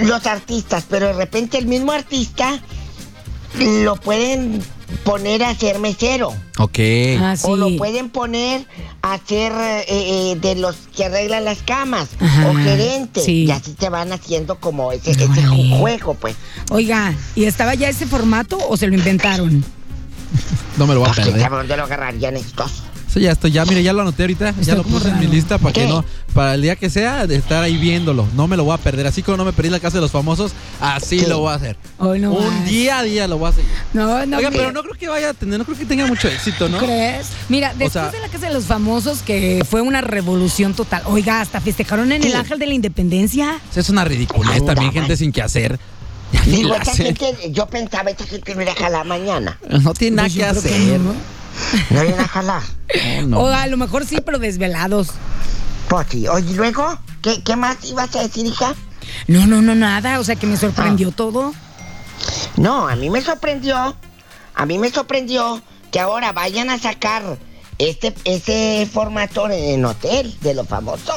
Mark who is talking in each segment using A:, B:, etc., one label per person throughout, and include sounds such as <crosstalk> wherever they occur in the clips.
A: los artistas, pero de repente el mismo artista lo pueden poner a ser mesero.
B: Ok.
C: Así.
A: O lo pueden poner a ser eh, eh, de los que arreglan las camas
C: Ajá,
A: o gerente.
C: sí.
A: Y así te van haciendo como ese, ese
C: Órale.
A: juego, pues.
C: Oiga, ¿y estaba ya ese formato o se lo inventaron?
B: No me lo voy
C: Ah,
B: a
A: Pues, ¿quién
B: perder.
A: sabe dónde lo agarrarían estos?
B: Sí, ya estoy, ya, mire, ya lo anoté ahorita. Ya
C: Está
B: lo
C: como
B: puse en mi
C: raro.
B: lista para que
A: ¿Qué?
B: no, para el día que sea, de estar ahí viéndolo. No me lo voy a perder. Así como no me perdí la casa de los famosos, así
A: ¿Qué?
B: lo voy a hacer.
C: Hoy no
B: Un
C: más.
B: día a día lo voy a seguir.
C: No, no.
B: Oiga,
C: ¿qué-
B: pero no creo que vaya a tener, no creo que tenga mucho éxito, ¿no?
C: ¿Crees? Mira, después
B: sea-
C: de la Casa de los Famosos, que fue una revolución total. Oiga, hasta festejaron en
A: Sí.
C: el Ángel de la Independencia.
B: Es una ridiculez también, gente sin que hacer. Ya ni
A: Digo,
B: la
A: esta
B: hacen.
A: gente, yo pensaba, esta gente no irá a jalar mañana.
B: No tiene nada
C: Pues yo
B: que
C: creo que
B: hacer.
C: no,
A: No irá a jalar.
B: No,
C: ¿no?
B: no.
C: O a lo mejor sí, pero desvelados.
A: Pues sí. Oye, ¿y luego? ¿Qué, ¿Qué más ibas a decir, hija?
C: No, no, no, nada. O sea, que me sorprendió todo.
A: No, a mí me sorprendió, a mí me sorprendió que ahora vayan a sacar este ese formato en hotel de los famosos.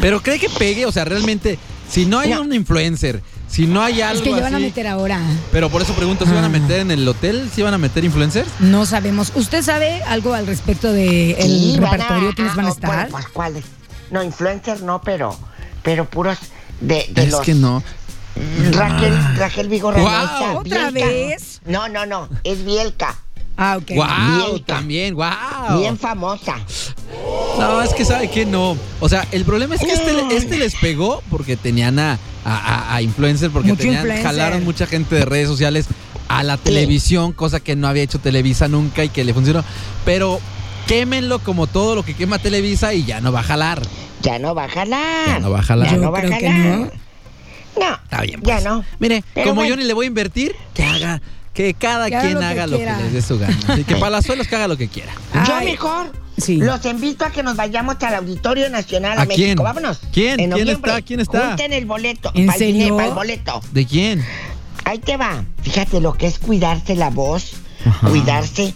B: Pero cree que pegue, o sea, realmente, si no hay
A: No.
B: un influencer, si no hay algo
C: Es que ya van a
B: así-
C: meter Ah. ahora.
B: Pero por eso pregunto, ¿si van a meter en el hotel? ¿Si van a meter influencers?
C: No sabemos. ¿Usted sabe algo al respecto del
A: Sí,
C: el
A: van a-
C: repertorio? ¿Quiénes van a
A: ah, bueno,
C: estar?
A: pues, ¿cuáles? No, influencers no, pero pero puros de, de
B: Es
A: los...
B: que no. Ah.
A: Raquel, Raquel Vigorra.
B: Guau.
A: ahí está,
C: ¿Otra
A: Bielka.
C: vez?
A: No, no, no, es Bielka,
C: Ah, ok.
B: ¡Wow!
A: Bien.
B: También, wow.
A: bien famosa.
B: No, es que sabe que no. O sea, el problema es que este, le- este les pegó porque tenían a, a, a- a influencer, porque
C: Mucho
B: tenían,
C: influencer.
B: jalaron mucha gente de redes sociales a la televisión, cosa que no había hecho Televisa nunca y que le funcionó. Pero quémenlo como todo lo que quema Televisa y ya no va a jalar.
A: Ya no va a jalar.
B: Ya no va a jalar.
A: Ya
C: Yo
A: no va a
C: creo que
A: jalar.
C: no.
A: No,
B: Está bien,
A: ya
B: pues.
A: no.
B: Mire,
A: Pero
B: como
A: bueno.
B: yo ni le voy a invertir, que haga, que cada
C: Que haga
B: quien
C: lo que
B: haga lo que
C: quiera.
B: les dé su gana. Así
C: <laughs>
B: que Palazuelos que haga lo que quiera.
A: Yo
C: Ay.
A: mejor
C: Sí.
A: los invito a que nos vayamos al Auditorio Nacional a,
B: ¿A
A: México.
B: quién?
A: Vámonos.
B: ¿Quién?
A: En
B: ¿Quién
A: noviembre.
B: está? ¿Quién está?
A: Junten el boleto.
C: ¿En
A: Pa'l cine,
C: serio?
A: pa'l boleto.
B: ¿De quién?
A: Ahí te va. Fíjate lo que es cuidarse la voz,
B: Ajá.
A: cuidarse.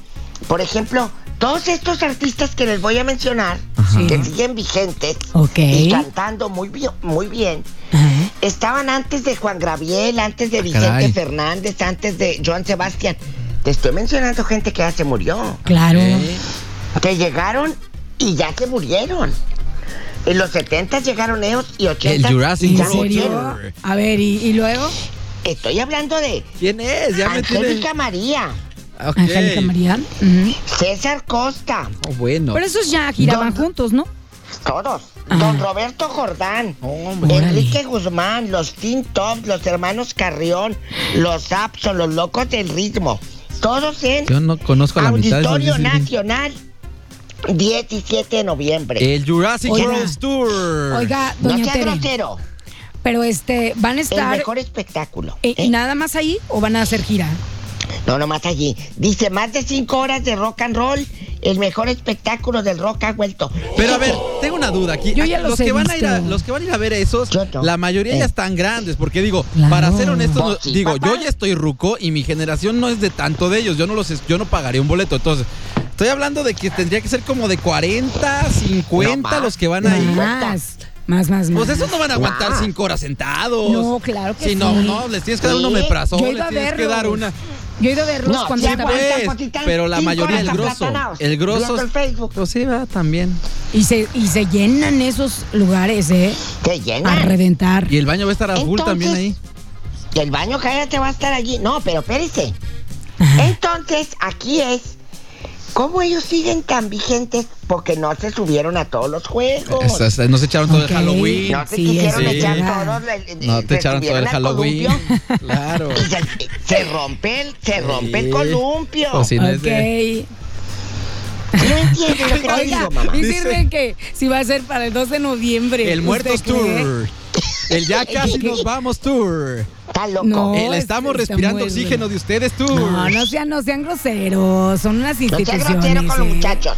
A: Por ejemplo, todos estos artistas que les voy a mencionar,
C: Ajá.
A: que siguen vigentes
C: Ok.
A: y cantando muy, bi- muy bien,
C: Ajá.
A: estaban antes de Juan Gabriel, antes de Vicente
B: Ah, caray.
A: Fernández, antes de Joan Sebastián. Te estoy mencionando gente que ya se murió,
C: Claro.
B: Eh,
A: que llegaron y ya se murieron. En los 70 llegaron ellos y 80
B: El Jurassic
A: y ya
C: ¿En
B: Claro.
C: serio?
A: murieron.
C: A ver, ¿y, y luego?
A: Estoy hablando de
B: ¿Quién es? Ya me tiene.
A: Angélica María.
B: Ok.
C: Angélica María. Ujú.
A: César Costa,
B: Oh, bueno.
C: Pero esos ya giraban
A: ¿Dónde?
C: juntos, ¿no?
A: todos.
C: Ah.
A: Don Roberto Jordán,
B: Hombre.
A: Enrique Guzmán, los Teen Top, los hermanos Carrión, los Apson, los Locos del Ritmo. Todos en
B: Yo no conozco a la mitad de esos
A: Auditorio
B: Disney.
A: Nacional, 17 de noviembre.
B: El Jurassic
C: Oiga.
B: World Tour.
C: Oiga,
A: no
C: Ah, doña
A: sea
C: Tere,
A: grosero,
C: pero este, ¿van a
A: el
C: estar
A: mejor espectáculo.
C: eh,
A: ¿eh?
C: nada más ahí o van a hacer gira?
A: No, nomás allí. Dice, más de cinco horas de rock and roll, el mejor espectáculo del rock ha vuelto.
B: Pero a ver, tengo una duda aquí.
C: Yo ya
B: los,
C: los he
B: que van a ir a
C: visto.
B: los que van a ir a ver esos,
A: Yo no.
B: la mayoría
A: Eh.
B: ya están grandes, porque digo,
C: Claro.
B: para ser honestos, no-
A: Vos sí,
B: digo,
A: papá.
B: yo ya estoy ruco y mi generación no es de tanto de ellos, yo no los es- yo no pagaría un boleto, entonces Estoy hablando de que tendría que ser como de 40, 50
A: No, ma.
B: los que van ahí.
C: Más, más, más, más.
B: Pues esos no van a aguantar
A: Wow.
B: cinco horas sentados.
C: No, claro que
B: Si no,
C: sí.
B: no, les tienes que dar
A: Sí.
B: un omeprazón,
C: Yo he
B: les
C: ido a
B: tienes que dar
C: verlos.
B: una.
C: Yo he ido a verlos
A: No,
C: cuando
A: sí
C: estaba-
A: aguanta,
B: Pues,
A: Cotitán,
B: pero la
A: cinco
B: mayoría,
A: horas
B: el grosso.
A: aplatanados,
B: El grosso.
A: viendo el Facebook.
B: Pues sí, va, también.
C: y se y se llenan esos lugares, eh,
A: Te
C: a
A: llenan.
C: reventar.
B: Y el baño va a estar a full
A: Entonces,
B: también ahí.
A: Y el baño cállate va a estar allí. No, pero espérese.
C: Ajá.
A: Entonces, aquí es. ¿Cómo ellos siguen tan vigentes? Porque no se subieron a todos los juegos.
B: Es- es- Nos echaron todo
C: Ok.
B: el Halloween.
A: No se
C: Sí,
A: quisieron
B: es
A: echar
C: verdad.
A: todos. le-
B: No
A: se
B: te echaron todo
A: subieron
B: el
A: al
B: Halloween.
A: columpio
B: <laughs>
C: <laughs>
B: Claro.
A: Y se, eh, se rompe el, se rompe el
B: Sí.
A: columpio.
B: Pues sí, no es
C: Ok.
B: de-
A: No entiendes lo que te
C: Oiga,
A: digo, mamá.
C: dicen que si va a ser para el 2 de noviembre.
B: El
C: ¿usted
B: Muertos
C: cree?
B: Tour. El
C: <laughs>
B: Ya Casi Nos Vamos Tour.
A: Está loco.
C: No. este
B: El Estamos
C: está
B: Respirando
C: muy
B: Oxígeno
C: bueno.
B: de Ustedes Tour.
C: No, no sean, no sean groseros, son unas
A: No seas
C: instituciones.
A: grosero con los
C: eh.
A: muchachos.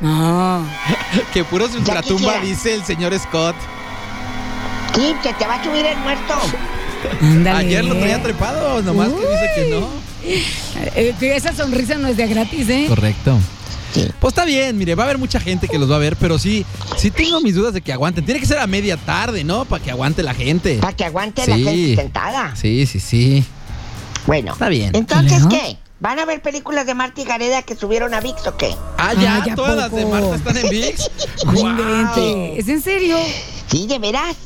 C: No.
B: <laughs> Que puros ultratumba
A: quisiera.
B: dice el señor Scott.
A: Sí, que te va a subir el muerto.
C: Ándale.
B: Ayer lo traía trepado, nomás que dice que no.
C: Eh, que esa sonrisa no es de gratis, ¿eh?
B: Correcto.
A: Sí.
B: Pues está bien, mire, va a haber mucha gente que los va a ver, pero sí, sí tengo mis dudas de que aguanten. Tiene que ser a media tarde, ¿no? Para que aguante la gente.
A: Para que aguante la
B: Sí.
A: gente sentada.
B: Sí, sí, sí.
A: Bueno.
B: Está bien.
A: Entonces,
C: Bueno.
A: ¿qué? ¿Van a ver películas de Marta y Gareda que subieron a VIX o qué?
B: Ah, ya,
C: Ay, ¿a
B: todas las de
C: poco?
B: Marta están en
C: <laughs>
B: VIX.
C: No
B: ¡Guau!
C: invente. ¿Es en serio?
A: Sí, de veras.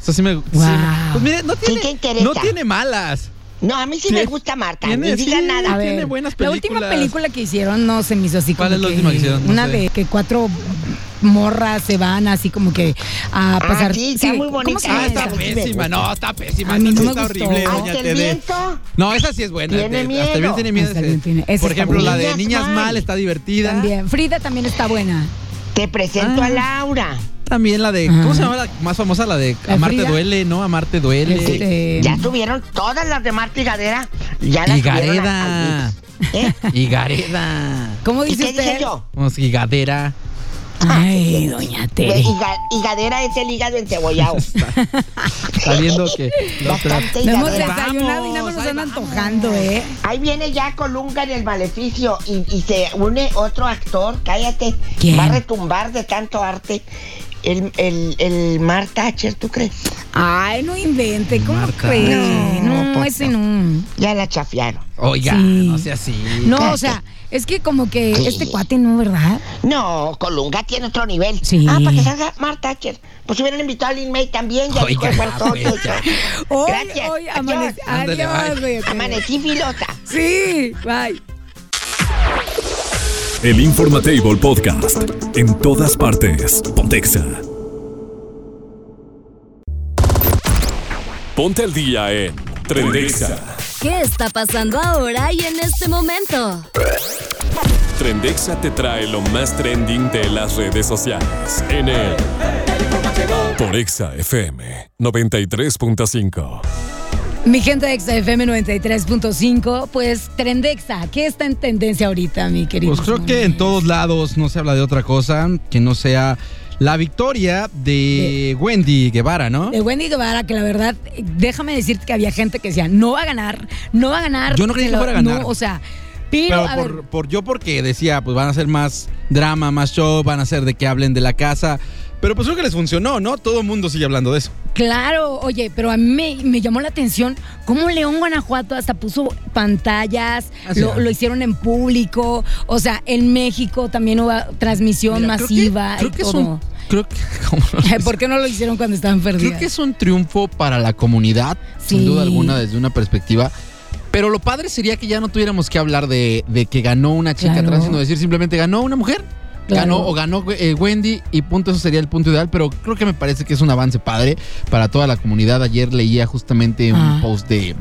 B: Eso sí me, sí
C: Wow.
B: me- Pues mire, no tiene,
A: te interesa.
B: no tiene malas.
A: No, a mí sí,
B: Sí.
A: me gusta Marta.
B: Tiene-
A: Ni digan
B: sí.
C: A
A: nada.
C: ver,
B: Tiene buenas
C: la última
B: películas.
C: película que hicieron no se me hizo así
B: ¿Cuál
C: como
B: es la última que hicieron? No
C: una
B: sé.
C: de que cuatro morras se van así como que a
A: Ah,
C: pasar
A: sí, está muy
C: ¿cómo
A: bonita.
C: se llama
B: Ah, está
C: esa?
A: sí me
B: pésima,
A: gusta.
B: no, está pésima.
C: A mí
B: esa
C: no
B: sí
C: me
B: está
C: gustó.
B: horrible, doña
A: Hasta el
B: Tere.
A: viento.
B: No, esa sí es buena.
A: Tiene
B: Tere,
A: miedo.
B: Hasta bien tiene miedo.
C: Hasta
B: ese.
C: bien tiene- esa
B: Por
C: está
B: ejemplo, la de
A: buena.
B: Niñas
A: Niñas Mal.
B: Mal está divertida. También,
C: También. Frida también está buena.
A: Te presento
B: Ah.
A: a Laura.
B: la de.
C: Ajá.
B: ¿Cómo se llama la más famosa? La de
C: La
B: Amarte
C: Frida.
B: Duele, ¿no? Amarte Duele.
C: Este,
A: Ya subieron todas las de Marta y Gareda. Ya las
B: Eh. Y
A: subieron
B: Gareda.
A: a- a ViX.
B: <laughs>
A: ¿Eh?
B: Y Gareda.
C: ¿Cómo
A: ¿Y
C: dice
A: qué dije
C: usted?
A: yo?
B: Vamos, y Gadera.
C: Ay, doña
A: Ve,
C: Tere.
A: Pues, Y, ga- y Gadera es el hígado
B: <laughs>
A: encebollado.
B: Está viendo que. los tra-
A: Bastante
C: No hemos
A: higadera.
C: desayunado y nada más
B: Vamos,
C: nos están
B: ahí vamos.
C: antojando, ¿eh?
A: Ahí viene ya Colunga en el maleficio y, y se une otro actor, cállate,
C: ¿Quién?
A: va a retumbar de tanto arte. El, el, el Mark Thatcher, ¿tú crees?
C: Ay, no invente, ¿cómo
B: Marta.
C: cree? No,
A: No, pues
C: ese
A: no.
C: no.
A: Ya la chafiaron.
B: Oiga,
C: Sí.
B: no sea así.
C: No, o sea, es que como que
A: Sí.
C: este cuate no, ¿verdad?
A: No, Colunga tiene otro nivel.
C: Sí.
A: Ah, para que salga Mark Thatcher. Pues hubieran invitado a Lin May también, ya dijo
B: Oiga,
A: el cuarto
B: pues, ya.
C: Hoy,
A: Gracias.
C: hoy
A: Adiós.
C: amanece.
B: Ándale,
C: Adiós,
B: bye.
C: doña Tere.
A: Amanecí filosa.
C: Sí, bye.
D: El Informatable Podcast. En todas partes. Pontexa. Ponte al día en Trendexa.
E: ¿Qué está pasando ahora y en este momento?
D: Trendexa te trae lo más trending de las redes sociales. En el
F: El informativo
D: Por Exa FM 93.5.
C: Mi gente de Exa FM 93.5, pues Trendexa, ¿qué está en tendencia ahorita, mi querido?
B: Pues creo que en todos lados no se habla de otra cosa que no sea la victoria
C: Eh.
B: de Wendy Guevara, ¿no?
C: De Wendy Guevara, que la verdad, eh, déjame decirte que había gente que decía, no va a ganar, no va a ganar.
B: Yo no creí
C: se
B: que
C: lo-
B: fuera a ganar.
C: no, o sea, pero,
B: Pero
C: a
B: por,
C: ver,
B: por- yo porque decía, pues van a hacer más drama, más show, van a hacer de que hablen de la casa. Pero pues creo que les funcionó, ¿no? Todo el mundo sigue hablando de eso.
C: claro, oye, pero a mí me, me llamó la atención cómo León Guanajuato hasta puso pantallas,
B: Así
C: lo,
B: es.
C: lo hicieron en público, o sea, en México también hubo transmisión
B: Mira, creo que-
C: masiva
B: Creo
C: y
B: que, es
C: todo.
B: un. Creo que, <laughs> ¿cómo lo
C: <laughs> Ay, ¿Por qué no lo hicieron cuando estaban perdidos?
B: Creo que es un triunfo para la comunidad,
C: Sí.
B: sin duda alguna, desde una perspectiva. Pero lo padre sería que ya no tuviéramos que hablar de, de que ganó una chica
C: Claro.
B: trans, sino decir simplemente ganó una mujer. Ganó
C: Claro.
B: o ganó eh, Wendy y punto, eso sería el punto ideal, pero creo que me parece que es un avance padre para toda la comunidad. Ayer leía justamente un
C: Ah.
B: post de,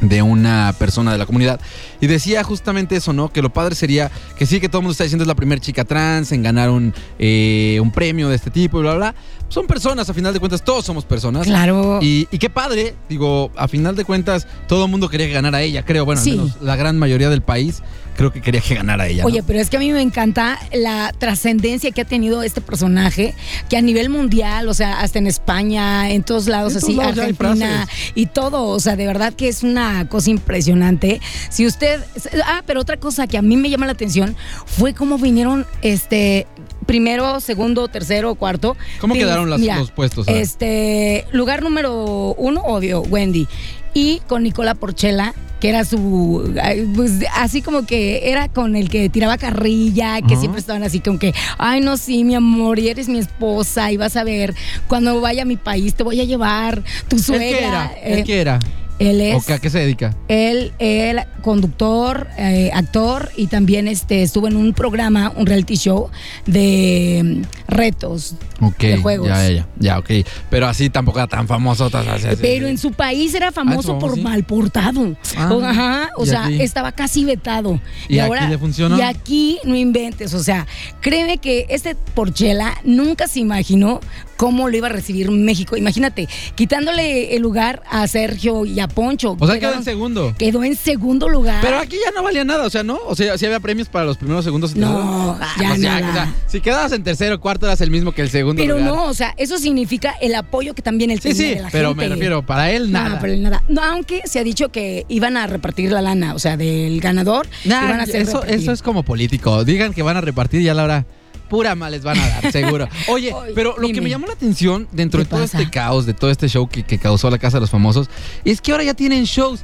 B: de una persona de la comunidad y decía justamente eso, ¿no? Que lo padre sería que sí, que todo el mundo está diciendo es la primera chica trans en ganar un, eh, un premio de este tipo y bla, bla, bla. Son personas, a final de cuentas, todos somos personas.
C: Claro.
B: Y, y qué padre, digo, a final de cuentas, todo el mundo quería que ganara ella, creo, bueno, al
C: Sí.
B: menos la gran mayoría del país creo que quería que ganara ella. ¿no?
C: Oye, pero es que a mí me encanta la trascendencia que ha tenido este personaje, que a nivel mundial, o sea, hasta en España, en todos lados,
B: En todos
C: así,
B: lados ya hay
C: Argentina y todo, o sea, de verdad que es una cosa impresionante. Si usted, ah, pero otra cosa que a mí me llama la atención fue cómo vinieron, este, primero, segundo, tercero, cuarto.
B: ¿Cómo
C: Prim-
B: quedaron las-
C: mira,
B: los puestos? A ver.
C: Este, lugar número uno, obvio, Wendy. Y con Nicola Porchela, que era su. ay, Pues, así como que era con el que tiraba carrilla, que
B: Ajá.
C: siempre estaban así, como que, ay, no, sí, mi amor, y eres mi esposa, y vas a ver, cuando vaya a mi país te voy a llevar tu
B: ¿El
C: suegra.
B: qué era?
C: Eh,
B: ¿El qué era?
C: él es.
B: ¿O qué- a qué se dedica?
C: Él, él, conductor, eh, actor y también este, estuvo en un programa, un reality show de mm, retos,
B: Ok,
C: de juegos.
B: ya, ya, ya, ya, ok. Pero así tampoco era tan famoso. tan- así, así,
C: Pero
B: así.
C: en su país era famoso
B: famoso,
C: por
B: Ah, sí.
C: malportado.
B: Ah,
C: O- Ajá, o
B: y
C: sea,
B: aquí.
C: estaba casi vetado.
B: ¿Y aquí le funcionó?
C: Y aquí no inventes, o sea, créeme que este Porchela nunca se imaginó cómo lo iba a recibir México. Imagínate, quitándole el lugar a Sergio y a Poncho.
B: O sea, quedó
C: Quedaron-
B: en segundo.
C: Quedó en segundo lugar.
B: Pero aquí ya no valía nada, o sea, ¿no? O sea, sí había premios para los primeros, segundos y
C: No,
B: terceros.
C: ya
B: pues
C: nada.
B: o sea, si quedabas en tercero, cuarto, eras el mismo que el segundo
C: Pero
B: lugar.
C: no, o sea, eso significa el apoyo que también él
B: Sí,
C: tenía
B: sí,
C: de la
B: pero me
C: gente.
B: refiero, para él
C: No,
B: nada.
C: pero nada. No, aunque se ha dicho que iban a repartir la lana, o sea, del ganador.
B: Nah,
C: iban a hacer
B: eso,
C: repartir.
B: eso es como político. Digan que van a repartir y a la hora pura mal les van a dar,
C: <laughs>
B: seguro. Oye,
C: Ay,
B: pero lo que
C: dime.
B: me llamó la atención dentro
C: ¿Qué
B: de todo
C: pasa?
B: este caos, de todo este show que, que causó la Casa de los Famosos, es que ahora ya tienen shows.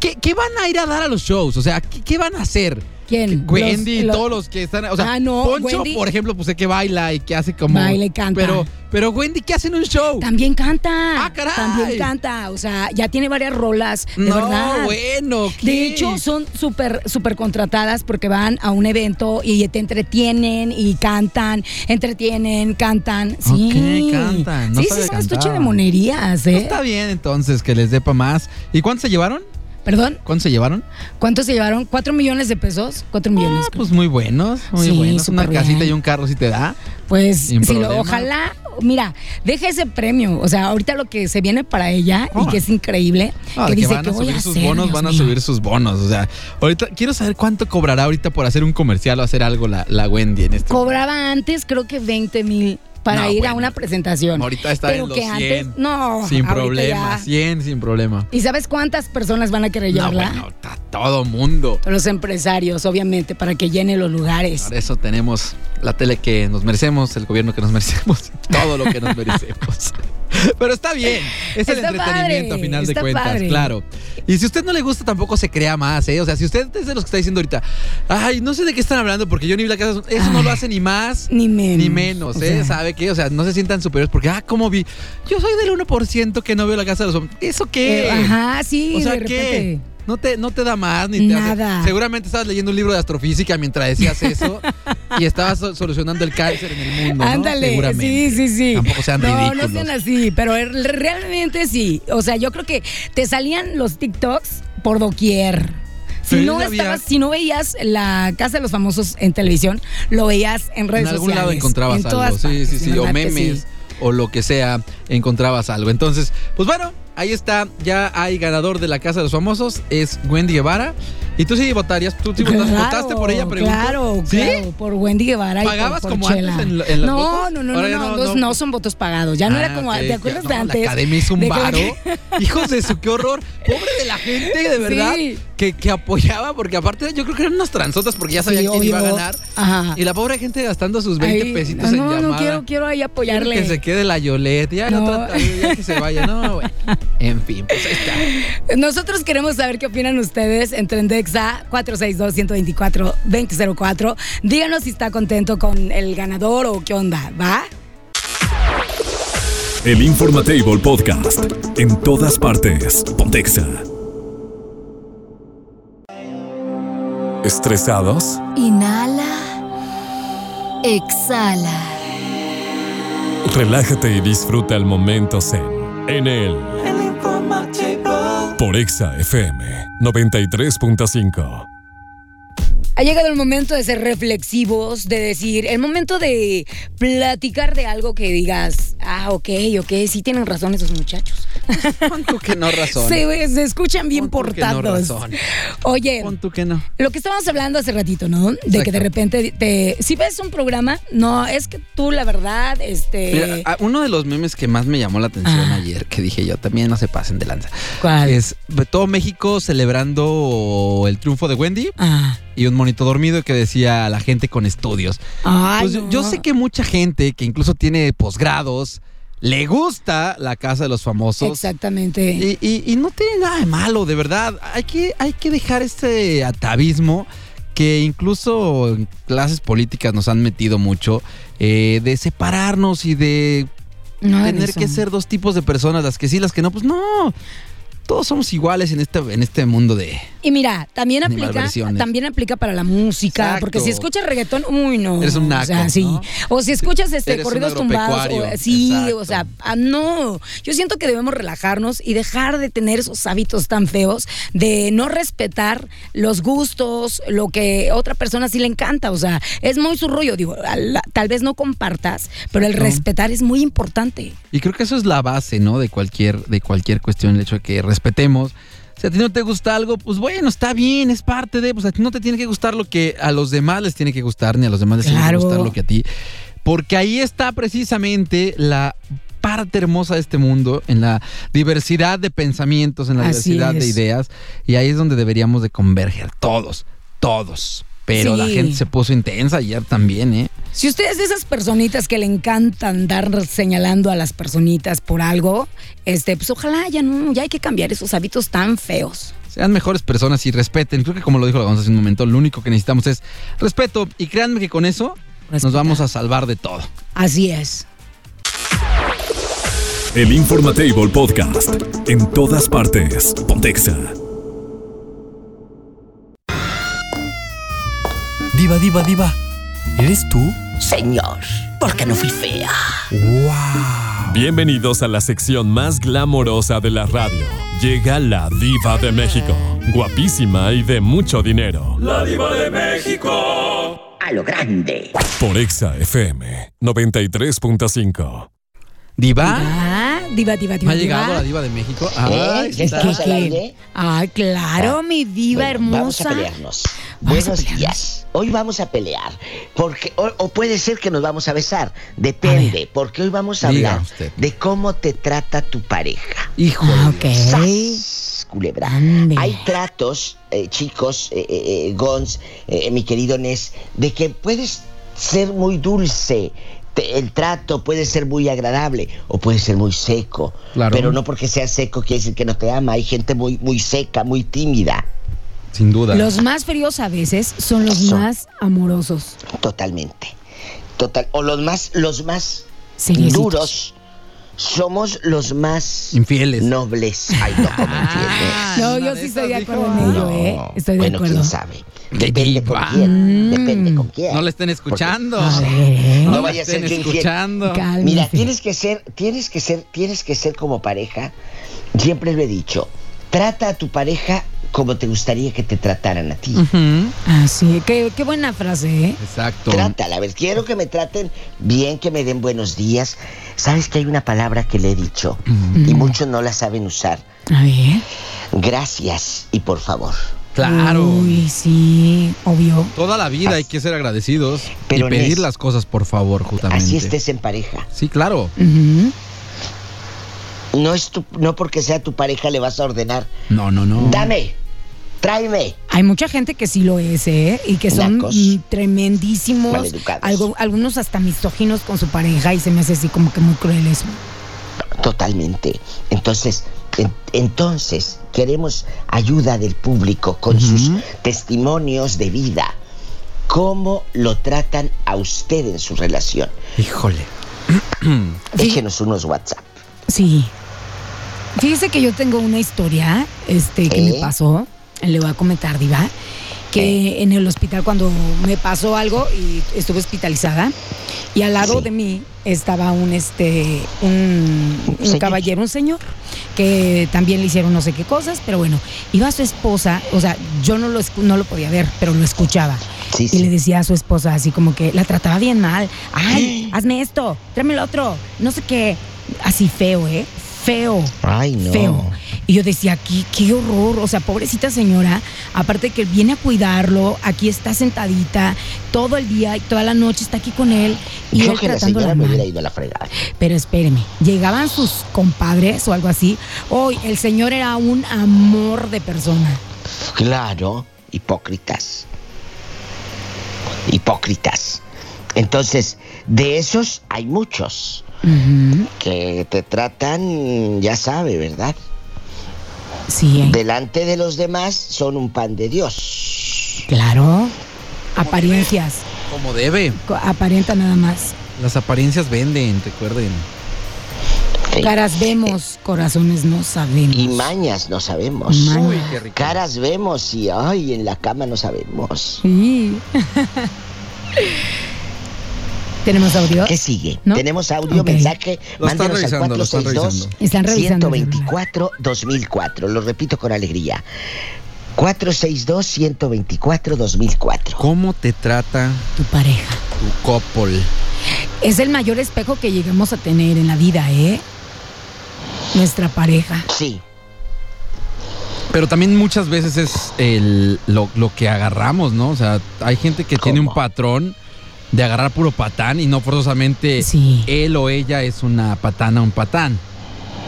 B: ¿Qué, qué van a ir a dar a los shows? O sea, ¿qué, qué van a hacer?
C: ¿Quién?
B: Wendy,
C: Los- los-
B: todos los que están. O sea,
C: Ah, no,
B: Poncho,
C: Wendy-
B: por ejemplo, pues sé que baila y que hace como.
C: Baila y canta.
B: Pero, pero Wendy, ¿qué hace en un show?
C: También canta.
B: Ah, caray.
C: También canta. O sea, ya tiene varias rolas. De
B: no,
C: verdad.
B: bueno. ¿qué?
C: De hecho, ¿eh? son súper, súper contratadas porque van a un evento y te entretienen y cantan, entretienen, cantan. Sí.
B: Ok, cantan. No
C: sí, sí,
B: sabía
C: es un
B: que
C: estuche de
B: cantaban.
C: monerías,
B: No
C: ¿eh?
B: está bien, entonces, que les dé pa' más. ¿Y cuántos se llevaron?
C: Perdón,
B: ¿Cuántos se llevaron?
C: ¿cuánto se llevaron? ¿Cuatro millones de pesos? Cuatro millones.
B: Ah, pues muy buenos, muy
C: Sí,
B: buenos. Una
C: súper bien.
B: casita y un carro si te da.
C: Pues
B: Sin
C: si lo-
B: problema.
C: ojalá, mira, deja ese premio. O sea, ahorita lo que se viene para ella y
B: Ahora.
C: que es increíble,
B: Ah,
C: que,
B: de que
C: dice
B: van
C: que
B: a
C: voy
B: subir
C: a
B: sus
C: hacer,
B: bonos,
C: Dios
B: van a
C: mío.
B: subir sus bonos. O sea, ahorita quiero saber cuánto cobrará ahorita por hacer un comercial o hacer algo la, la Wendy en este.
C: Cobraba antes, creo que 20 mil para
B: No,
C: ir a
B: bueno.
C: una presentación.
B: Ahorita está
C: Pero
B: en los
C: que
B: 100.
C: antes, no,
B: sin
C: ahorita
B: problema,
C: ya.
B: 100 sin problema.
C: ¿Y sabes cuántas personas van a querer
B: No,
C: llevarla?
B: bueno, está todo mundo.
C: Los empresarios, obviamente, para que llene los lugares.
B: Por eso tenemos la tele que nos merecemos, el gobierno que nos merecemos, todo lo que nos merecemos. <laughs> Pero está bien, es el
C: Está
B: entretenimiento
C: padre,
B: a final de
C: está
B: cuentas,
C: padre.
B: claro. Y si a usted no le gusta, tampoco se crea más, ¿eh? O sea, si usted es de los que está diciendo ahorita, ay, no sé de qué están hablando porque yo ni la casa, eso no lo hace ni más.
C: Ni menos.
B: Ni menos,
C: O
B: ¿eh?
C: sea,
B: ¿Sabe qué? O sea, no se sientan superiores porque, ah, ¿cómo vi? Yo soy del 1% que no veo la casa de los hombres. ¿Eso qué?
C: eh, ajá, sí,
B: O sea,
C: de repente.
B: ¿qué? No te, no te da más ni te hace-
C: Nada.
B: Seguramente estabas leyendo un libro de astrofísica mientras decías eso y estabas so- solucionando el cáncer en el mundo. ¿no?
C: Ándale,
B: Seguramente.
C: sí, sí, sí.
B: Tampoco sean
C: no,
B: ridículos.
C: no sean así, pero er- realmente sí. O sea, yo creo que te salían los TikToks por doquier. Si
B: Pero
C: no,
B: yo sabía-
C: estabas, si no veías la Casa de los Famosos en televisión, lo veías en redes
B: en algún
C: sociales.
B: lado encontrabas
C: en
B: algo.
C: todas
B: Sí,
C: partes,
B: sí, sí.
C: la
B: O
C: verdad que
B: memes.
C: sí.
B: o lo que sea, encontrabas algo. Entonces, pues bueno, ahí está, ya hay ganador de la Casa de los Famosos, es Wendy Guevara. Y tú sí votarías, tú sí votas-
C: Claro,
B: votaste por ella, pregunto.
C: Claro,
B: ¿Sí?
C: claro, por Wendy Guevara. y por-
B: ¿Pagabas
C: por
B: como
C: Chela.
B: antes en la- en las
C: no,
B: votos?
C: No, no, no,
B: Ahora ya
C: no,
B: no,
C: los-
B: no.
C: no, son votos pagados. Ya no
B: Ah,
C: era como,
B: ok,
C: ¿te acuerdas
B: ya,
C: de
B: no,
C: antes?
B: La academia hizo un
C: De que la- <laughs>
B: varo. <laughs> Hijos de su, qué horror. Pobre de la gente, de verdad,
C: Sí.
B: que, que apoyaba, porque aparte yo creo que eran unas tranzotas porque ya
C: Sí,
B: sabían quién iba a
C: obvio.
B: ganar.
C: Ajá.
B: Y la pobre gente gastando sus 20
C: Ay,
B: pesitos en
C: no,
B: llamada.
C: No, quiero, quiero ahí apoyarle.
B: Que se quede la Yolette, ya, no.
C: No.
B: trata- ya que se vaya, no,
C: <laughs>
B: bueno. En fin, pues ahí está.
C: Nosotros queremos saber qué opinan ustedes en Trendexa 462-124-2004. Díganos si está contento con el ganador o qué onda, ¿va?
D: El Informatable Podcast. En todas partes. Pontexa. ¿Estresados?
E: Inhala. Exhala.
D: Relájate y disfruta el momento zen. En el. Por Exa FM 93.5.
C: Ha llegado el momento de ser reflexivos, de decir, el momento de platicar de algo que digas, ah, ok, ok, sí tienen razón esos muchachos.
B: Pon tú que no razón.
C: Se, se escuchan bien
B: Pon tú que no
C: portados.
B: razón.
C: Oye.
B: Pon tú que no.
C: Lo que estábamos hablando hace ratito, ¿no? De que
B: Exacto.
C: de repente te. Si ves un programa, no, es que tú, la verdad, este.
B: Mira, ah, uno de los memes que más me llamó la atención
C: Ah.
B: ayer, que dije yo, también no se pasen de lanza,
C: ¿Cuál?
B: es de todo México celebrando el triunfo de Wendy
C: Ah.
B: y un monito dormido que decía la gente con estudios.
C: Ay,
B: Pues yo-
C: no.
B: yo, sé que mucha gente que incluso tiene posgrados le gusta la casa de los famosos.
C: Exactamente.
B: Y, y- y no tiene nada de malo, de verdad. Hay que, hay que dejar este atavismo que incluso en clases políticas nos han metido mucho, eh, de separarnos y de
C: No hagan
B: tener
C: eso.
B: que ser dos tipos de personas, las que sí, las que no. Pues no, todos somos iguales en este, en este mundo de...
C: Y mira, también
B: Ni
C: aplica,
B: malversiones.
C: también aplica para la música.
B: Exacto.
C: Porque si escuchas reggaetón, uy, no.
B: Eres un
C: O sea,
B: naco,
C: sí.
B: ¿no?
C: O si escuchas este
B: Eres un
C: corridos tumbados. o-
B: agropecuario.
C: sí,
B: Exacto.
C: o sea, ah, no. Yo siento que debemos relajarnos y dejar de tener esos hábitos tan feos de no respetar los gustos, lo que otra persona sí le encanta. O sea, es muy su rollo. Digo, a la- tal vez no compartas, pero el respetar es muy importante.
B: Y creo que eso es la base, ¿no? De cualquier, de cualquier cuestión, el hecho de que respetemos. Si a ti no te gusta algo, pues bueno, está bien, es parte de, pues a ti no te tiene que gustar lo que a los demás les tiene que gustar, ni a los demás les tiene
C: Claro.
B: que gustar lo que a ti. Porque ahí está precisamente la parte hermosa de este mundo, en la diversidad de pensamientos, en la
C: Así
B: diversidad de
C: es.
B: ideas, y ahí es donde deberíamos de converger, todos, todos. Pero la
C: Sí.
B: gente se puso intensa ayer también, ¿eh?
C: Si usted es de esas personitas que le encanta andar señalando a las personitas por algo, este, pues ojalá ya no, ya hay que cambiar esos hábitos tan feos.
B: Sean mejores personas y respeten. Creo que como lo dijo la Gonza hace un momento, lo único que necesitamos es respeto. Y créanme que con eso nos vamos a salvar de todo.
C: Así es.
D: El Informatable Podcast. En todas partes. Pontexa.
G: Diva, diva, diva. ¿Eres tú?
A: Señor, porque no fui fea.
G: ¡Wow!
D: Bienvenidos a la sección más glamorosa de la radio. Llega la diva de México. Guapísima y de mucho dinero.
F: La diva de México.
A: A lo grande.
D: Por Exa FM 93.5.
B: Diva.
C: Ah, diva, diva, diva.
B: ¿Ha llegado
C: diva.
B: la diva de México?
A: ¿Eh?
B: Ay,
A: ¿Ya
B: está.
A: estamos
C: ¿Qué,
A: al
C: qué?
A: aire?
C: Ay, claro, mi diva
A: Bueno, Vamos
C: hermosa.
A: a pelearnos.
C: Vamos a
A: Buenos
C: pelearnos.
A: días. Hoy vamos a pelear. Porque, o, o puede ser que nos vamos a besar. Depende. Porque hoy vamos a
B: Diga
A: hablar
B: usted.
A: de cómo te trata tu pareja.
B: Hijo.
C: Ah, ok.
A: ¡Sas! Culebra.
C: Ande.
A: Hay tratos, eh, chicos, eh, eh, eh, Gons, eh, mi querido Nes, de que puedes ser muy dulce. Te- El trato puede ser muy agradable o puede ser muy seco.
B: Claro.
A: Pero no porque sea seco quiere decir que no te ama. Hay gente muy, muy seca, muy tímida.
B: Sin duda.
C: Los más fríos a veces son los
A: Son.
C: más amorosos.
A: Totalmente. Total. O los más, los más
C: Seriecitos.
A: duros somos los más
B: Infieles.
A: nobles. Ay, no, como infieles.
C: No,
B: una
C: yo
B: de
C: sí
B: esas
C: estoy de
B: dijo,
C: acuerdo en ello,
A: No.
C: ¿eh? Ah, Estoy de
A: bueno,
C: acuerdo. Mm.
A: quién sabe.
B: De
A: Depende con
B: diva.
A: quién. Depende con quién.
B: No la estén escuchando.
C: A ver, ¿eh?
B: No
A: No
B: la
A: vaya a
B: estén
A: ser que infiel.
B: escuchando.
C: cálmese.
A: Mira, tienes que ser, tienes que ser, tienes que ser como pareja. Siempre lo he dicho. Trata a tu pareja como te gustaría que te trataran a ti.
B: Ujú.
C: Así, Ah, qué, qué buena frase, ¿eh?
B: Exacto.
A: Trátala, a ver, quiero que me traten bien, que me den buenos días. ¿Sabes que hay una palabra que le he dicho y muchos no la saben usar?
C: A ver.
A: Gracias y por favor.
B: Claro.
C: Uy, sí, obvio.
B: Toda la vida hay que ser agradecidos
A: Pero,
B: y pedir
A: Nes,
B: las cosas, por favor, justamente.
A: Así estés en pareja.
B: Sí, claro.
C: Ujú.
A: No, es tu- no porque sea tu pareja le vas a ordenar.
B: No, no, no.
A: Dame, tráeme.
C: Hay mucha gente que sí lo es, ¿eh? Y que son
A: Nacos.
C: mm, tremendísimos.
A: Maleducados.
C: algo- algunos hasta misóginos con su pareja y se me hace así como que muy cruel eso.
A: Totalmente. Entonces, en- entonces queremos ayuda del público con sus testimonios de vida. ¿Cómo lo tratan a usted en su relación?
B: Híjole.
C: Sí.
A: Échenos unos WhatsApp.
C: Sí. Fíjese que yo tengo una historia este, que
A: ¿Eh?
C: me pasó, le voy a comentar, Diva, que en el hospital cuando me pasó algo y estuve hospitalizada, y al lado
A: Sí.
C: de mí estaba un, este, un, un
A: Señor.
C: caballero, un señor, que también le hicieron no sé qué cosas, pero bueno, iba su esposa, o sea, yo no lo, escu- no lo podía ver, pero lo escuchaba.
A: Sí,
C: Y le
A: sí.
C: decía a su esposa así como que la trataba bien mal.
A: <gasps>
C: Ay, hazme esto, tráeme lo otro, no sé qué. Así feo, ¿eh? Feo.
A: Ay, no.
C: Feo. Y yo decía, qué, qué horror, o sea, pobrecita señora, aparte que viene a cuidarlo, aquí está sentadita todo el día y toda la noche está aquí con él y
A: Yo
C: él
A: que la
C: tratándola
A: señora me
C: mal.
A: hubiera ido a la fregada.
C: Pero espéreme, llegaban sus compadres o algo así. Hoy el señor era un amor de persona.
A: Claro, hipócritas. Hipócritas. Entonces, de esos hay muchos
C: Ujú,
A: que te tratan, ya sabe, ¿verdad?
C: Sí, ¿eh?
A: Delante de los demás son un pan de Dios.
C: claro. Apariencias.
B: Como debe.
C: Co- aparenta nada más.
B: Las apariencias venden, recuerden.
A: Sí.
C: Caras vemos, corazones no sabemos.
A: Y mañas no sabemos.
C: Mañas.
B: Uy, qué rico.
A: Caras vemos y ay, en la cama no sabemos.
C: Sí. <laughs> ¿Tenemos audio?
A: ¿Qué sigue?
C: ¿No?
A: Tenemos audio,
C: Ok.
A: mensaje.
B: Lo están
A: Mándenos al
B: revisando, lo están
A: 462
B: revisando.
C: Están revisando el
A: 124 2004. Lo repito con alegría. 462 124 2004.
B: ¿Cómo te trata
C: Tu pareja.
B: tu copol?
C: Es el mayor espejo que llegamos a tener en la vida, ¿eh? Nuestra pareja.
A: Sí,
B: Pero también muchas veces es el, lo, lo que agarramos, ¿no? O sea, hay gente que tiene
A: ¿Cómo?
B: un patrón de agarrar puro patán y no forzosamente
C: Sí.
B: él o ella es una patana, un patán.